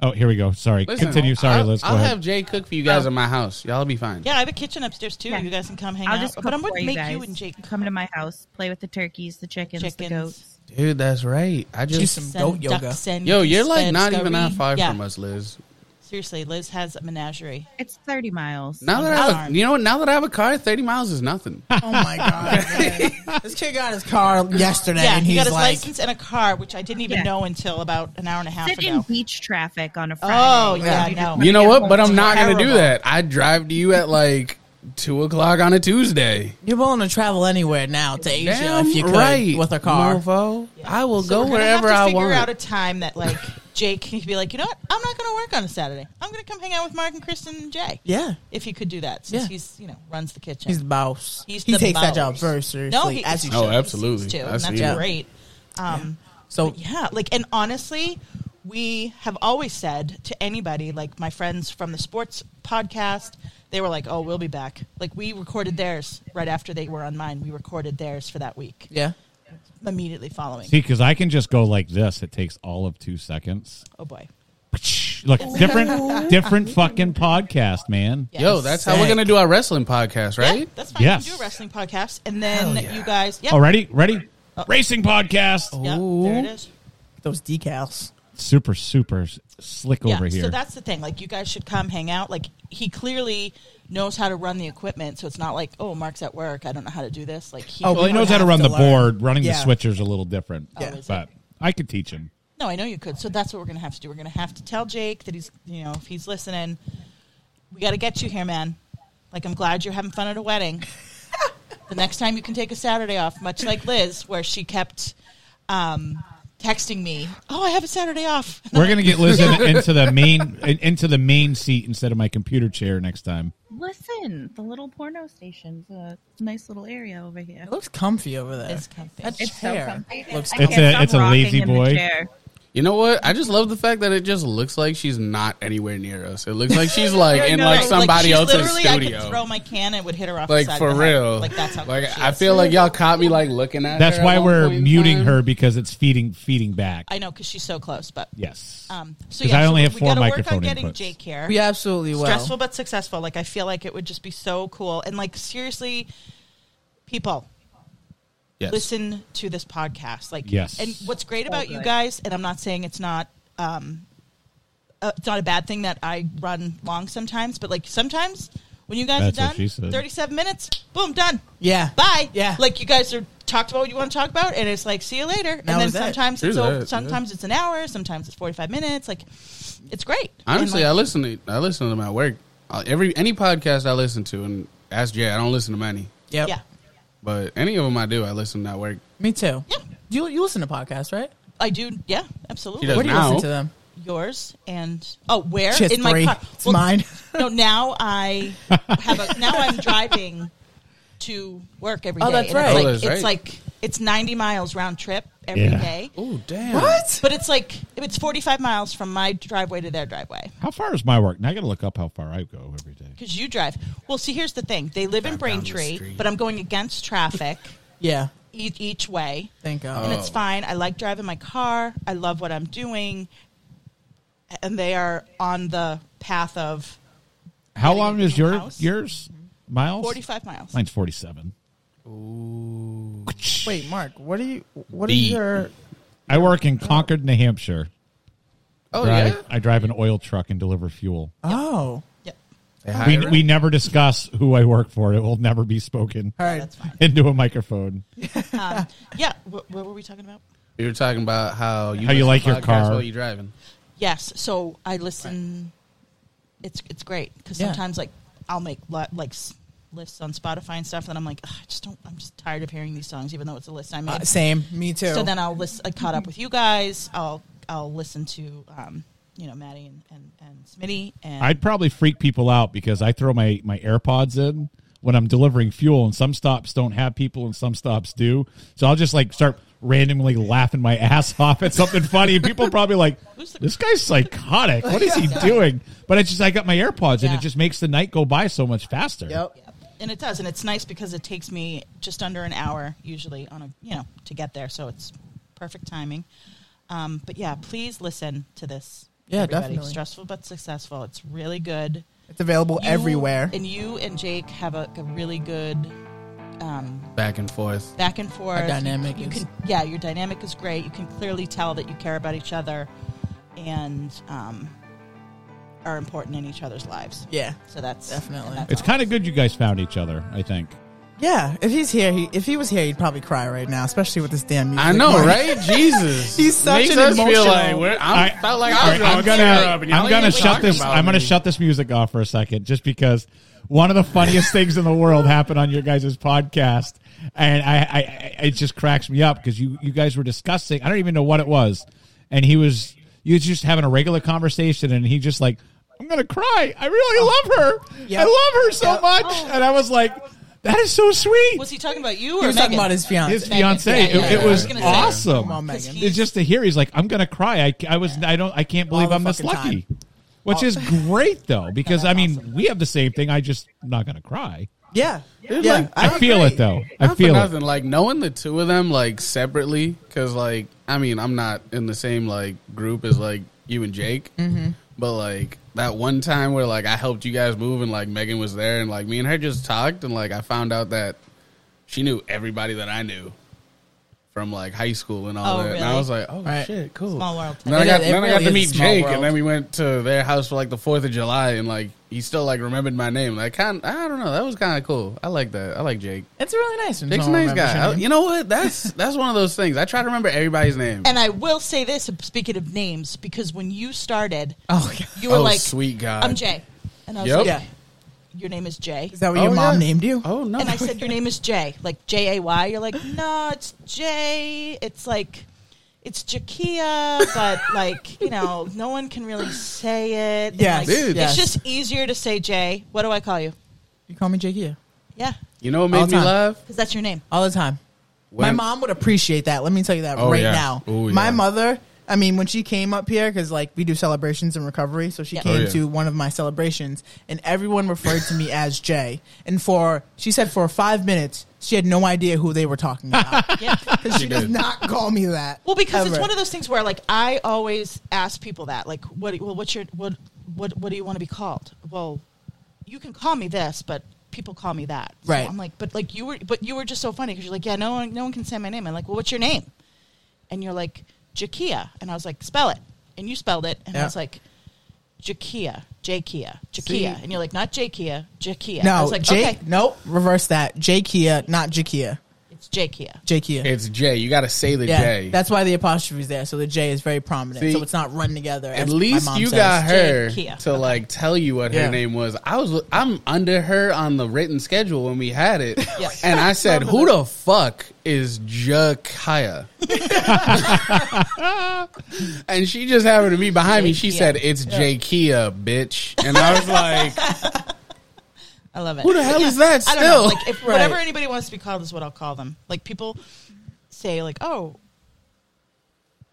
Speaker 4: Oh, here we go. Sorry,
Speaker 3: Listen,
Speaker 4: continue. Sorry,
Speaker 3: I'll,
Speaker 4: Liz. Go
Speaker 3: I'll
Speaker 4: ahead.
Speaker 3: have Jay cook for you guys at my house. Y'all be fine.
Speaker 1: Oh. Yeah, I have a kitchen upstairs too.
Speaker 6: Yeah.
Speaker 1: You guys can come hang
Speaker 6: I'll
Speaker 1: out.
Speaker 6: just cook
Speaker 1: but I'm
Speaker 6: for
Speaker 1: going to
Speaker 6: you
Speaker 1: make
Speaker 6: guys.
Speaker 1: you and Jake
Speaker 6: come to my house, play with the turkeys, the chickens, the
Speaker 1: Chickens.
Speaker 6: goats.
Speaker 3: Dude, that's right. I
Speaker 5: Do
Speaker 3: just
Speaker 5: some
Speaker 1: send
Speaker 5: goat yoga.
Speaker 1: ducks and
Speaker 3: Yo, you're like
Speaker 1: spreads
Speaker 3: not even
Speaker 1: curry.
Speaker 3: that far
Speaker 1: Yeah.
Speaker 3: from us, Liz.
Speaker 1: Seriously, Liz has a menagerie.
Speaker 6: It's thirty miles.
Speaker 3: Now that I have, a, you know, what? now that I have a car, thirty miles is
Speaker 4: <laughs>
Speaker 3: nothing.
Speaker 5: Oh my god!
Speaker 1: <laughs>
Speaker 5: man. this kid got his car yesterday,
Speaker 1: yeah,
Speaker 5: and
Speaker 1: he
Speaker 5: he's
Speaker 1: got his
Speaker 5: like,
Speaker 1: license and a car, which I didn't even
Speaker 6: Yeah.
Speaker 1: know until about an hour and a half
Speaker 6: Sit in
Speaker 1: ago.
Speaker 6: beach traffic on a Friday.
Speaker 1: Oh yeah,
Speaker 5: Yeah. You
Speaker 1: no.
Speaker 3: You know what? But I'm not gonna do
Speaker 1: Terrible.
Speaker 3: that. I drive to you at like two o'clock on a Tuesday.
Speaker 5: "You're willing to travel anywhere now to Asia
Speaker 3: Damn
Speaker 5: if you could
Speaker 3: right
Speaker 5: with a car."
Speaker 3: mofo. I will
Speaker 1: So
Speaker 3: go
Speaker 1: we're gonna
Speaker 3: wherever
Speaker 1: have to
Speaker 3: I
Speaker 1: figure
Speaker 3: want.
Speaker 1: out a time that like <laughs> Jake can be like, you know what? I'm not going to work on a Saturday. I'm going to come hang out with Mark and Kristen and Jay.
Speaker 5: Yeah,
Speaker 1: if he could do that, since
Speaker 5: Yeah.
Speaker 1: he's you know runs the kitchen.
Speaker 5: he's the boss.
Speaker 1: He's
Speaker 5: he
Speaker 1: the
Speaker 5: takes
Speaker 1: boss.
Speaker 5: that job very seriously.
Speaker 1: no, he,
Speaker 5: as he
Speaker 1: he
Speaker 5: should.
Speaker 3: Oh,
Speaker 1: seems
Speaker 3: absolutely.
Speaker 1: to,
Speaker 3: I
Speaker 1: and that's
Speaker 3: see. Yeah.
Speaker 1: great. Um,
Speaker 5: So
Speaker 1: Yeah, like and honestly, we have always said to anybody, like my friends from the sports podcast, they were like, "Oh, we'll be back." Like we recorded theirs right after they were on mine. We recorded theirs for that week
Speaker 5: yeah,
Speaker 1: immediately following.
Speaker 4: See, because I can just go like this. It takes all of two seconds.
Speaker 1: Oh boy,
Speaker 4: Look,
Speaker 1: <laughs>
Speaker 4: different, different fucking podcast, man.
Speaker 1: Yes.
Speaker 3: Yo, that's how we're
Speaker 5: Sick.
Speaker 3: gonna do our wrestling podcast,
Speaker 1: Yeah,
Speaker 3: right?
Speaker 1: that's fine.
Speaker 4: Yes.
Speaker 1: You can do a wrestling podcast, and then you guys, yeah,
Speaker 4: Oh, ready, ready.
Speaker 1: Oh.
Speaker 4: Racing podcast.
Speaker 1: yeah, there it is.
Speaker 5: those decals.
Speaker 4: Super, super s- slick over
Speaker 1: yeah,
Speaker 4: here.
Speaker 1: So that's the thing. Like, you guys should come hang out. Like, he clearly knows how to run the equipment, so it's not like, oh, Mark's at work. I don't know how to do this. Like, he,
Speaker 5: Oh,
Speaker 4: well, he knows how to
Speaker 5: have
Speaker 4: run
Speaker 5: to
Speaker 4: the
Speaker 5: learn.
Speaker 4: board. Running the
Speaker 5: Yeah.
Speaker 4: switchers a little different.
Speaker 1: Oh,
Speaker 5: Yeah.
Speaker 4: but I could teach him.
Speaker 1: no, I know you could. So that's what we're gonna have to do. We're gonna have to tell Jake that he's, you know, if he's listening, we got to get you here, man. Like, I'm glad you're having fun at a wedding.
Speaker 4: <laughs>
Speaker 1: the next time you can take a Saturday off, much like Liz, where she kept. Um, Texting me, oh, I have a Saturday off.
Speaker 4: We're gonna get Liz
Speaker 1: <laughs>
Speaker 4: in, into the main in- into the main seat instead of my computer chair next time.
Speaker 6: Listen, the little porno station's a nice little area over here.
Speaker 5: It looks comfy over there.
Speaker 1: It's comfy.
Speaker 5: That
Speaker 6: It's so
Speaker 5: chair
Speaker 6: comfy.
Speaker 5: looks
Speaker 6: I
Speaker 5: comfy.
Speaker 4: It's
Speaker 6: can't
Speaker 4: a-
Speaker 6: stop
Speaker 4: it's a
Speaker 6: rocking
Speaker 4: lazy
Speaker 6: in the
Speaker 4: boy.
Speaker 6: chair.
Speaker 3: You know what? I just love the fact that it just looks like she's not anywhere near us. It looks like
Speaker 1: <laughs>
Speaker 3: she's like in like
Speaker 1: Right,
Speaker 3: somebody
Speaker 1: she's
Speaker 3: else's
Speaker 1: literally,
Speaker 3: studio.
Speaker 1: I could throw my can and it would hit her off.
Speaker 3: like
Speaker 1: the side
Speaker 3: for
Speaker 1: of the head.
Speaker 3: real.
Speaker 1: Like that's how.
Speaker 3: Like
Speaker 1: cool she
Speaker 3: I
Speaker 1: is.
Speaker 3: feel like y'all caught me like looking at.
Speaker 4: That's
Speaker 3: her
Speaker 4: why
Speaker 3: at one
Speaker 4: we're
Speaker 3: point in
Speaker 4: muting
Speaker 3: time.
Speaker 4: her because it's feeding feeding back.
Speaker 1: I know because she's so close, but
Speaker 4: yes.
Speaker 1: um. So
Speaker 4: 'Cause
Speaker 1: yeah,
Speaker 4: I
Speaker 1: so
Speaker 4: only
Speaker 1: we-
Speaker 4: have
Speaker 1: we
Speaker 4: four
Speaker 1: gotta work
Speaker 4: microphone
Speaker 1: on getting
Speaker 4: inputs.
Speaker 1: Jake here.
Speaker 5: We absolutely will.
Speaker 1: stressful but successful. Like I feel like it would just be so cool and like seriously, people
Speaker 3: Yes.
Speaker 1: listen to this podcast. Like
Speaker 4: Yes.
Speaker 1: and what's great about you guys, and I'm not saying it's not um, uh, it's not a bad thing that I run long sometimes, but like sometimes. When you guys
Speaker 4: That's
Speaker 1: are
Speaker 4: what
Speaker 1: done,
Speaker 4: she said.
Speaker 1: 37 minutes, boom, done.
Speaker 5: Yeah.
Speaker 1: bye.
Speaker 5: Yeah.
Speaker 1: like you guys are talked about what you want to talk about, and it's like see you later.
Speaker 5: That
Speaker 1: and then
Speaker 5: was it.
Speaker 1: sometimes
Speaker 3: True
Speaker 1: it's o-
Speaker 3: that, yeah.
Speaker 1: sometimes it's an hour, sometimes it's forty five minutes. Like it's great. And,
Speaker 3: Honestly, I
Speaker 1: like,
Speaker 3: listen to I listen to them at work. Uh, every any podcast I listen to, and ask Jay. I don't listen to many,
Speaker 5: Yep.
Speaker 1: yeah,
Speaker 3: but any of them I do, I listen to at work.
Speaker 5: Me too.
Speaker 1: Yeah.
Speaker 5: You you listen to podcasts, right?
Speaker 1: I do. Yeah,
Speaker 3: She
Speaker 1: absolutely.
Speaker 3: does
Speaker 5: Where do you
Speaker 3: now.
Speaker 5: listen to them?
Speaker 1: Yours and oh, where
Speaker 5: She has
Speaker 1: in my
Speaker 5: three.
Speaker 1: car?
Speaker 5: It's mine.
Speaker 1: <laughs> no, now I have a. Now
Speaker 5: <laughs>
Speaker 1: I'm driving to work every day.
Speaker 5: Oh, that's
Speaker 1: and it's
Speaker 5: right.
Speaker 1: Like,
Speaker 3: Oh, that's
Speaker 1: it's
Speaker 3: right.
Speaker 1: like it's ninety miles round trip every day,
Speaker 4: Yeah.
Speaker 3: Oh damn!
Speaker 5: What?
Speaker 1: but it's like it's forty five miles from my driveway to their driveway.
Speaker 4: how far is my work? Now I got to look up how far I go every day.
Speaker 1: Because you drive. Well, see, here's the thing. They live in
Speaker 3: Drive down the
Speaker 1: Braintree,
Speaker 3: street.
Speaker 1: but I'm going against traffic <laughs>
Speaker 5: Yeah.
Speaker 1: each, each way.
Speaker 5: Thank God.
Speaker 1: And
Speaker 3: Oh,
Speaker 1: it's fine. I like driving my car. I love what I'm doing. And they are on the path of
Speaker 4: How
Speaker 1: Gotta
Speaker 4: long
Speaker 1: get
Speaker 4: is
Speaker 1: your
Speaker 4: your
Speaker 1: house.
Speaker 4: yours miles?
Speaker 1: 45 miles.
Speaker 4: Mine's forty-seven.
Speaker 5: Wait, Mark, what are you? What
Speaker 3: Deep.
Speaker 5: are your?
Speaker 4: I work in Concord, New Hampshire.
Speaker 3: Oh
Speaker 4: drive,
Speaker 3: yeah.
Speaker 4: I drive an oil truck and deliver fuel.
Speaker 5: Oh,
Speaker 1: Yep.
Speaker 3: They
Speaker 4: We,
Speaker 3: hire her?
Speaker 4: we never discuss who I work for. It will never be spoken
Speaker 5: all right.
Speaker 1: That's fine.
Speaker 4: into a microphone.
Speaker 1: Um, yeah. What, what were we talking about?
Speaker 3: You were talking about how you
Speaker 4: How you
Speaker 3: listen
Speaker 4: like
Speaker 3: to
Speaker 4: your
Speaker 3: podcasts
Speaker 4: car.
Speaker 3: while you driving.
Speaker 1: Yes. So I listen. It's it's great because
Speaker 5: Yeah.
Speaker 1: sometimes like I'll make li- like s- lists on Spotify and stuff, and I'm like, "Ugh, I just don't. I'm just tired of hearing these songs, even though it's a list I made.
Speaker 5: Uh, same. Me too.
Speaker 1: So then I'll listen. I caught up with you guys. I'll I'll listen to um, you know Maddie and and, and Smitty and
Speaker 4: I'd probably freak people out because I throw my, my AirPods in when I'm delivering fuel, and some stops don't have people, and some stops do. So I'll just like start randomly laughing my <laughs> ass off at something funny, and people are probably like, "This guy's psychotic. What is he doing?" But it's just I got my AirPods, and
Speaker 1: Yeah.
Speaker 4: it just makes the night go by so much faster.
Speaker 5: Yep.
Speaker 1: and it does, and it's nice because it takes me just under an hour usually on a you know to get there, so it's perfect timing. Um, but yeah, please listen to this.
Speaker 5: Yeah,
Speaker 1: everybody.
Speaker 5: definitely.
Speaker 1: Stressful but successful. It's really good.
Speaker 5: It's available
Speaker 1: You-
Speaker 5: everywhere.
Speaker 1: and you and Jake have a, a really good um,
Speaker 3: Back and forth.
Speaker 1: back and forth.
Speaker 5: Our dynamic
Speaker 1: you
Speaker 5: is-
Speaker 1: can, yeah, your dynamic is great. You can clearly tell that you care about each other, and um, are important in each other's lives.
Speaker 5: yeah.
Speaker 1: So that's
Speaker 5: Definitely.
Speaker 1: and that's
Speaker 4: It's kind of good you guys found each other. I think.
Speaker 5: Yeah. If he's here, he, if he was here, he'd probably cry right now, especially with this damn music.
Speaker 3: I know,
Speaker 5: Mike.
Speaker 3: right? <laughs> Jesus,
Speaker 5: He's such
Speaker 3: Makes
Speaker 5: an
Speaker 3: us
Speaker 5: emotional-
Speaker 3: feel like we're, I
Speaker 4: I-
Speaker 3: felt like
Speaker 4: All
Speaker 3: I was
Speaker 4: right, I'm
Speaker 3: going
Speaker 4: gonna,
Speaker 3: to Europe, and y'all
Speaker 4: I'm
Speaker 3: ain't
Speaker 4: gonna
Speaker 3: even
Speaker 4: shut
Speaker 3: talking
Speaker 4: this.
Speaker 3: about
Speaker 4: I'm gonna
Speaker 3: me.
Speaker 4: shut this music off for a second, just because one of the funniest things in the world happened on your guys' podcast, and I, I, I it just cracks me up because you, you guys were discussing. I don't even know what it was, and he was you was just having a regular conversation, and he just like, I'm gonna cry. I really love her.
Speaker 5: Yep.
Speaker 4: I love her so
Speaker 5: Yep.
Speaker 4: much, and I was like, that is so sweet.
Speaker 1: Was he talking about you or
Speaker 5: <laughs> He was talking
Speaker 1: Megan?
Speaker 5: about his fiance.
Speaker 4: his fiance,
Speaker 1: Yeah, yeah,
Speaker 4: it, it
Speaker 1: I
Speaker 4: was
Speaker 1: was gonna say.
Speaker 4: awesome.
Speaker 5: Come on, Megan.
Speaker 1: he-
Speaker 4: It's just to hear he's like, I'm gonna cry. I, I was I don't I can't believe
Speaker 5: the
Speaker 4: I'm this
Speaker 5: fucking
Speaker 4: lucky, which is great though because I mean we have the same thing. I just I'm not gonna cry.
Speaker 5: Yeah.
Speaker 3: Dude,
Speaker 5: yeah.
Speaker 3: like,
Speaker 5: I,
Speaker 4: I feel it though. I
Speaker 3: Not for
Speaker 4: feel
Speaker 3: nothing.
Speaker 4: it.
Speaker 3: Like knowing the two of them like separately, because like I mean I'm not in the same like group as like you and Jake, mm-hmm. but like that one time where like I helped you guys move and like Megan was there and like me and her just talked and like I found out that she knew everybody that I knew from like high school and all
Speaker 1: Oh,
Speaker 3: that, and I
Speaker 1: really?
Speaker 3: was like, oh
Speaker 5: Right.
Speaker 3: shit, cool.
Speaker 1: Small world.
Speaker 3: And then I
Speaker 5: It
Speaker 3: got,
Speaker 5: is- it
Speaker 3: then I got
Speaker 5: really
Speaker 3: to
Speaker 5: is a
Speaker 3: meet
Speaker 5: small
Speaker 3: Jake,
Speaker 5: world.
Speaker 3: and then we went to their house for like the Fourth of July, and like he still like remembered my name. Like, kind, I don't know, that was kind of cool. I like that. I like Jake.
Speaker 5: it's really nice. when
Speaker 3: Jake's a
Speaker 5: someone
Speaker 3: nice
Speaker 5: remembers
Speaker 3: guy.
Speaker 5: your
Speaker 3: I-
Speaker 5: name.
Speaker 3: you know what? That's that's one of those things. I try to remember everybody's name.
Speaker 1: And I will say this, speaking of names, because when you started,
Speaker 5: Oh, God.
Speaker 1: you were
Speaker 3: Oh,
Speaker 1: like,
Speaker 3: sweet God.
Speaker 1: I'm Jay," and I was
Speaker 3: Yep.
Speaker 1: like,
Speaker 5: <laughs> yeah.
Speaker 1: "Your name is Jay,"
Speaker 5: Is that what your
Speaker 3: Oh,
Speaker 5: mom
Speaker 3: yeah.
Speaker 5: named you?
Speaker 3: Oh no!
Speaker 1: and I said, "Your name is Jay," like J A Y. You're like, "No, it's Jay. It's like." It's Jakia, but like you know, no one can really say it. And, like,
Speaker 5: Yes,
Speaker 3: Dude.
Speaker 5: yes.
Speaker 1: it's just easier to say Jay. What do I call you?
Speaker 5: You call me Jake yeah.
Speaker 1: Yeah,
Speaker 3: you know what
Speaker 5: All
Speaker 3: made me
Speaker 5: time.
Speaker 3: laugh?
Speaker 1: because that's your name.
Speaker 5: all the time. My
Speaker 3: When-
Speaker 5: mom would appreciate that. Let me tell you that
Speaker 3: Oh,
Speaker 5: right
Speaker 3: yeah.
Speaker 5: now.
Speaker 3: Ooh,
Speaker 5: My
Speaker 3: yeah.
Speaker 5: mother, I mean, when she came up here, because like we do celebrations and recovery, so she
Speaker 1: Yeah.
Speaker 5: came
Speaker 3: Oh, yeah.
Speaker 5: to one of my celebrations, and everyone referred to me as Jay. And for she said for five minutes, she had no idea who they were talking
Speaker 3: <laughs>
Speaker 5: about
Speaker 1: Yeah.
Speaker 5: because she, does
Speaker 3: did.
Speaker 5: not call me that.
Speaker 1: Well, because it's
Speaker 5: ever.
Speaker 1: one of those things where, like, I always ask people that, like, what, well, what's your, what, what, what do you want to be called? Well, you can call me this, but people call me that. So
Speaker 5: Right.
Speaker 1: I'm like, but like you were, but you were just so funny because you're like, yeah, no one, no one can say my name. I'm like, well, what's your name? And you're like, Jakia, and I was like, spell it, and you spelled it, and
Speaker 5: Yeah.
Speaker 1: I was like. Jakia, Jakia, Jakia,
Speaker 5: See?
Speaker 1: and you're like not Jakia, Jakia.
Speaker 5: no,
Speaker 1: I was like,
Speaker 5: Jake.
Speaker 1: okay,
Speaker 5: Nope, reverse that. Jay Kia, not Jakia.
Speaker 1: it's Jakia.
Speaker 5: Jakia.
Speaker 3: It's Jay. You got to say the
Speaker 5: Yeah,
Speaker 3: J.
Speaker 5: that's why the apostrophe is there. So the J is very prominent.
Speaker 3: See,
Speaker 5: so it's not run together.
Speaker 3: At least you got her
Speaker 1: Jake Kia.
Speaker 3: to like tell you what
Speaker 5: Yeah.
Speaker 3: her name was. I was I'm under her on the written schedule when we had it,
Speaker 1: <laughs> Yeah.
Speaker 3: and I said, "Who the fuck
Speaker 1: <laughs>
Speaker 3: is Jakaya?" and she just happened to be behind me. She
Speaker 1: Jake Kia.
Speaker 3: said, "It's Jakia, bitch," and I
Speaker 1: <laughs>
Speaker 3: was like,
Speaker 1: I love it.
Speaker 3: Who the hell is
Speaker 4: <laughs>
Speaker 3: that
Speaker 1: I don't know.
Speaker 3: still?
Speaker 1: Like, if
Speaker 5: Right.
Speaker 1: whatever anybody wants to be called is what I'll call them. Like, people say, like, oh,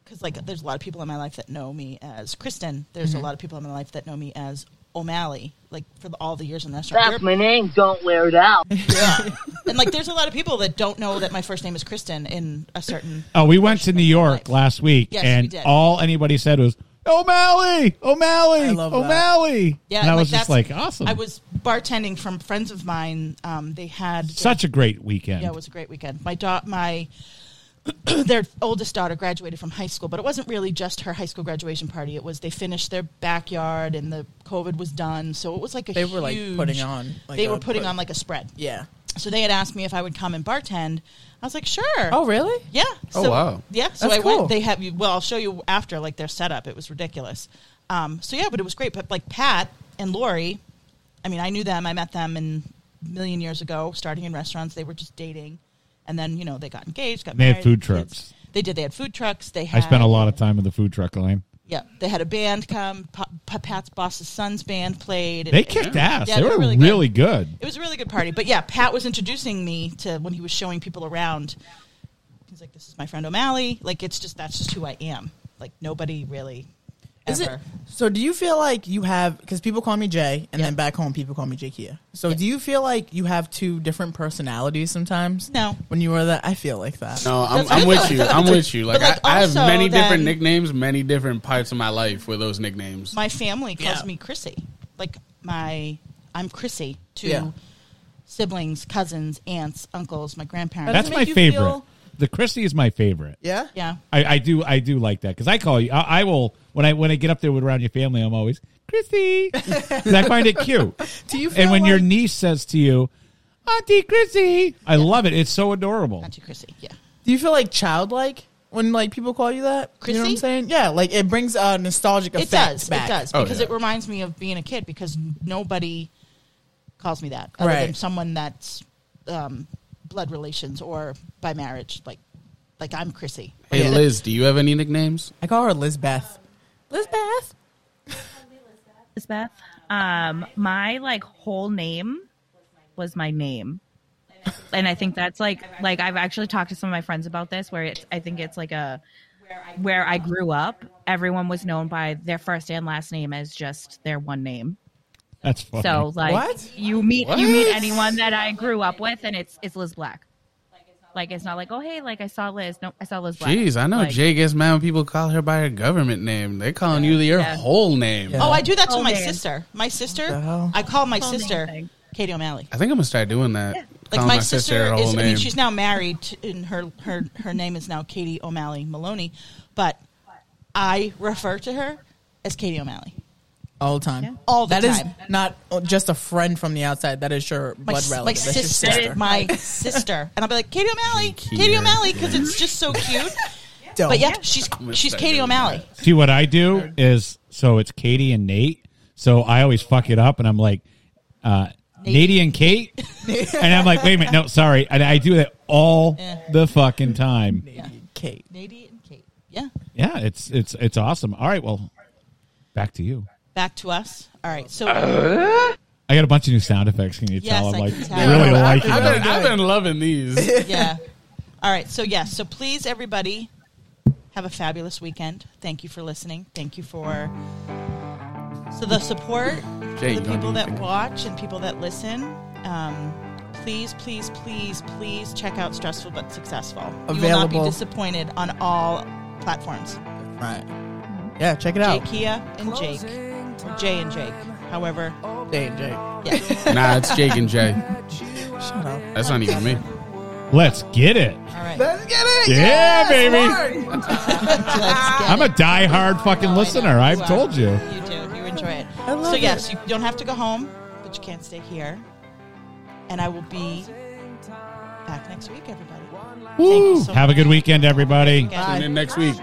Speaker 1: because, like, there's a lot of people in my life that know me as Kristen. There's
Speaker 4: Mm-hmm.
Speaker 1: a lot of people in my life that know me as O'Malley, like, for the, all the years in the restaurant. We're-
Speaker 9: name. Don't wear it out.
Speaker 1: And, like, there's a lot of people that don't know that my first name is Kristen in a certain.
Speaker 4: Oh, we went to New
Speaker 1: Life.
Speaker 4: York last week,
Speaker 1: Yes, we
Speaker 4: and
Speaker 1: did.
Speaker 4: all anybody said was O'Malley, O'Malley,
Speaker 5: I love that.
Speaker 4: O'Malley.
Speaker 1: Yeah,
Speaker 4: and I
Speaker 1: like,
Speaker 4: was just
Speaker 1: that's-
Speaker 4: like, awesome.
Speaker 1: I was bartending from friends of mine. Um, they had
Speaker 4: such a great weekend.
Speaker 1: Yeah, it was a great weekend. My da- my <clears throat> their oldest daughter graduated from high school, but it wasn't really just her high school graduation party. It was they finished their backyard and the COVID was done, so it was like a
Speaker 5: They were, like,
Speaker 1: huge-
Speaker 5: putting on, like,
Speaker 1: they
Speaker 5: a-
Speaker 1: were putting
Speaker 5: like-
Speaker 1: on like a spread.
Speaker 5: Yeah.
Speaker 1: So they had asked me if I would come and bartend. I was like, sure.
Speaker 5: Oh, really?
Speaker 1: Yeah.
Speaker 3: Oh,
Speaker 1: So,
Speaker 3: wow.
Speaker 1: Yeah. So
Speaker 5: That's
Speaker 1: I
Speaker 5: cool.
Speaker 1: went. They have you. Well, I'll show you after like their setup. It was ridiculous. Um, so yeah, but it was great. But like Pat and Lori, I mean, I knew them. I met them in a million years ago, starting in restaurants. They were just dating, and then you know they got engaged, got
Speaker 4: They had
Speaker 1: married,
Speaker 4: food
Speaker 1: kids.
Speaker 4: trucks.
Speaker 1: They did. They had food trucks. They
Speaker 4: I
Speaker 1: had.
Speaker 4: spent a lot of time in the food truck lane.
Speaker 1: Yeah, they had a band come. P- P- Pat's boss's son's band played.
Speaker 4: They kicked ass.
Speaker 1: Yeah,
Speaker 4: they, were really, good.
Speaker 1: It was a really good party. But yeah, Pat was introducing me to when he was showing people around. He's like, "This is my friend O'Malley." Like, it's just that's just who I am. Like, nobody really.
Speaker 5: Is it,
Speaker 1: ever.
Speaker 5: so do you feel like you have because people call me Jay and
Speaker 1: Yeah.
Speaker 5: then back home people call me Jay Kia. So do you feel like you have two different personalities sometimes?
Speaker 1: No.
Speaker 5: When you were that I feel like that.
Speaker 3: No, I'm,
Speaker 1: That's-
Speaker 3: I'm
Speaker 1: <laughs>
Speaker 3: with you. I'm with you.
Speaker 1: But,
Speaker 3: Like,
Speaker 1: like,
Speaker 3: I, I have
Speaker 1: also
Speaker 3: many
Speaker 1: then-
Speaker 3: different nicknames, many different parts of my life with those nicknames.
Speaker 1: My family calls
Speaker 5: Yeah.
Speaker 1: me Chrissy. Like my, I'm Chrissy to
Speaker 5: Yeah.
Speaker 1: siblings, cousins, aunts, uncles, my grandparents.
Speaker 4: That's
Speaker 5: Doesn't
Speaker 4: my
Speaker 5: make you
Speaker 4: favorite.
Speaker 5: feel-
Speaker 4: the Christie is my favorite.
Speaker 5: Yeah?
Speaker 1: yeah.
Speaker 4: I, I do I do like that because I call you. I, I will when I when I get up there with around your family. I'm always
Speaker 5: <laughs>
Speaker 4: Christy. 'Cause I find it cute.
Speaker 5: Do you feel
Speaker 4: and when
Speaker 5: like,
Speaker 4: your niece says to you, Auntie Christy, I love it. It's so adorable.
Speaker 1: Not you, Chrissy. Yeah.
Speaker 5: do you feel like childlike when like people call you that? You know what I'm
Speaker 1: Chrissy?
Speaker 5: saying? Yeah, like it brings a nostalgic
Speaker 1: It
Speaker 5: effect
Speaker 1: does.
Speaker 5: back.
Speaker 1: It does
Speaker 3: Oh,
Speaker 1: because
Speaker 3: yeah.
Speaker 1: it reminds me of being a kid because n- nobody calls me that other than
Speaker 5: Right.
Speaker 1: someone that's um, blood relations or by marriage. Like, like I'm Chrissy.
Speaker 3: Hey,
Speaker 5: Yeah.
Speaker 3: Liz, do you have any nicknames?
Speaker 5: I call her Lizbeth. Lizbeth?
Speaker 6: Elizabeth. Um, my like whole name was my name, and I think that's like like I've actually talked to some of my friends about this, where it's I think it's like a where I grew up, everyone was known by their first and last name as just their one name.
Speaker 4: That's funny.
Speaker 6: So like
Speaker 5: What?
Speaker 6: you meet you meet anyone that I grew up with, and it's it's Liz Black. Like it's not like oh hey like I saw Liz no I saw Liz Black.
Speaker 3: Jeez, I know
Speaker 6: Like,
Speaker 3: Jay gets mad when people call her by her government name. They're calling you your
Speaker 6: Yeah.
Speaker 3: whole name.
Speaker 5: Yeah.
Speaker 1: Oh, I do that to
Speaker 6: Oh,
Speaker 1: my
Speaker 6: man.
Speaker 1: sister. My
Speaker 5: the
Speaker 1: sister.
Speaker 5: hell?
Speaker 1: I call my
Speaker 6: Call
Speaker 1: sister
Speaker 6: anything.
Speaker 1: Katie O'Malley.
Speaker 3: I think I'm gonna start doing that.
Speaker 1: Like
Speaker 3: Calling
Speaker 1: my, sister,
Speaker 3: her whole
Speaker 1: is. I
Speaker 3: name.
Speaker 1: mean, she's now married, to- and her her her name is now Katie O'Malley Maloney. But I refer to her as Katie O'Malley.
Speaker 5: All the time.
Speaker 1: All the
Speaker 5: That is
Speaker 1: time.
Speaker 5: not uh, just a friend from the outside. That is your
Speaker 1: My,
Speaker 5: blood
Speaker 1: s-
Speaker 5: relative.
Speaker 1: my
Speaker 5: That's your
Speaker 1: sister, my sister, and I'll be like Katie O'Malley,
Speaker 3: Thank you.
Speaker 1: Katie O'Malley, because it's just so
Speaker 3: <laughs>
Speaker 1: cute.
Speaker 5: Dope.
Speaker 1: But yeah, she's
Speaker 3: Oh. gonna
Speaker 1: she's
Speaker 3: start
Speaker 1: Katie
Speaker 3: doing
Speaker 1: O'Malley.
Speaker 4: See what I do is so it's Katie and Nate. So I always fuck it up, and I'm like, uh, Nate and Kate,
Speaker 5: <laughs>
Speaker 4: and I'm like, wait a minute, no, sorry, and I do that all
Speaker 1: Yeah.
Speaker 4: the fucking time.
Speaker 5: Kate.
Speaker 1: Nady and Kate. Yeah.
Speaker 4: Yeah, it's it's it's awesome. All right, well, back to you.
Speaker 1: Back to us. All right. So
Speaker 4: I got a bunch of new sound effects. Can you
Speaker 1: Yes,
Speaker 4: tell? I'm
Speaker 1: I
Speaker 4: like
Speaker 1: can tell.
Speaker 4: really
Speaker 5: Yeah.
Speaker 4: liking
Speaker 3: I've,
Speaker 4: it.
Speaker 3: been, I've been
Speaker 1: <laughs>
Speaker 3: loving these.
Speaker 1: yeah. All right. So yeah. So please, everybody, have a fabulous weekend. Thank you for listening. Thank you for so the support,
Speaker 3: Jay, you
Speaker 1: the
Speaker 3: don't
Speaker 1: people
Speaker 3: need
Speaker 1: that
Speaker 3: to-
Speaker 1: watch and people that listen. Um, please, please, please, please check out Stressful but Successful. You will not be
Speaker 5: Available.
Speaker 1: disappointed on all platforms.
Speaker 5: Right. Yeah, check it
Speaker 1: Jay
Speaker 4: Oh.
Speaker 5: out.
Speaker 1: Kia and Jake, or Jay and Jake. However,
Speaker 5: Jay and Jake.
Speaker 3: nah, it's Jake
Speaker 1: <laughs>
Speaker 3: and Jay.
Speaker 5: Shut up.
Speaker 3: That's not even me.
Speaker 4: Let's get it.
Speaker 1: all
Speaker 4: <laughs>
Speaker 1: right.
Speaker 5: Let's get it.
Speaker 4: Yeah,
Speaker 5: Yes,
Speaker 1: Let's
Speaker 5: Mark.
Speaker 1: get
Speaker 4: I'm a
Speaker 1: it.
Speaker 4: diehard fucking
Speaker 1: No, I
Speaker 4: listener.
Speaker 1: know.
Speaker 4: I've
Speaker 1: are.
Speaker 4: told you.
Speaker 1: You do. You enjoy it.
Speaker 5: love
Speaker 1: so yes, you don't have to go home, but you can't stay here. And I will be back next week, everybody. Thank you so
Speaker 4: Have a good weekend, everybody.
Speaker 1: much.
Speaker 3: Tune in next week.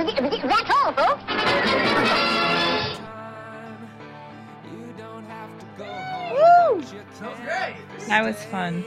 Speaker 9: That's all, folks.
Speaker 6: That was fun.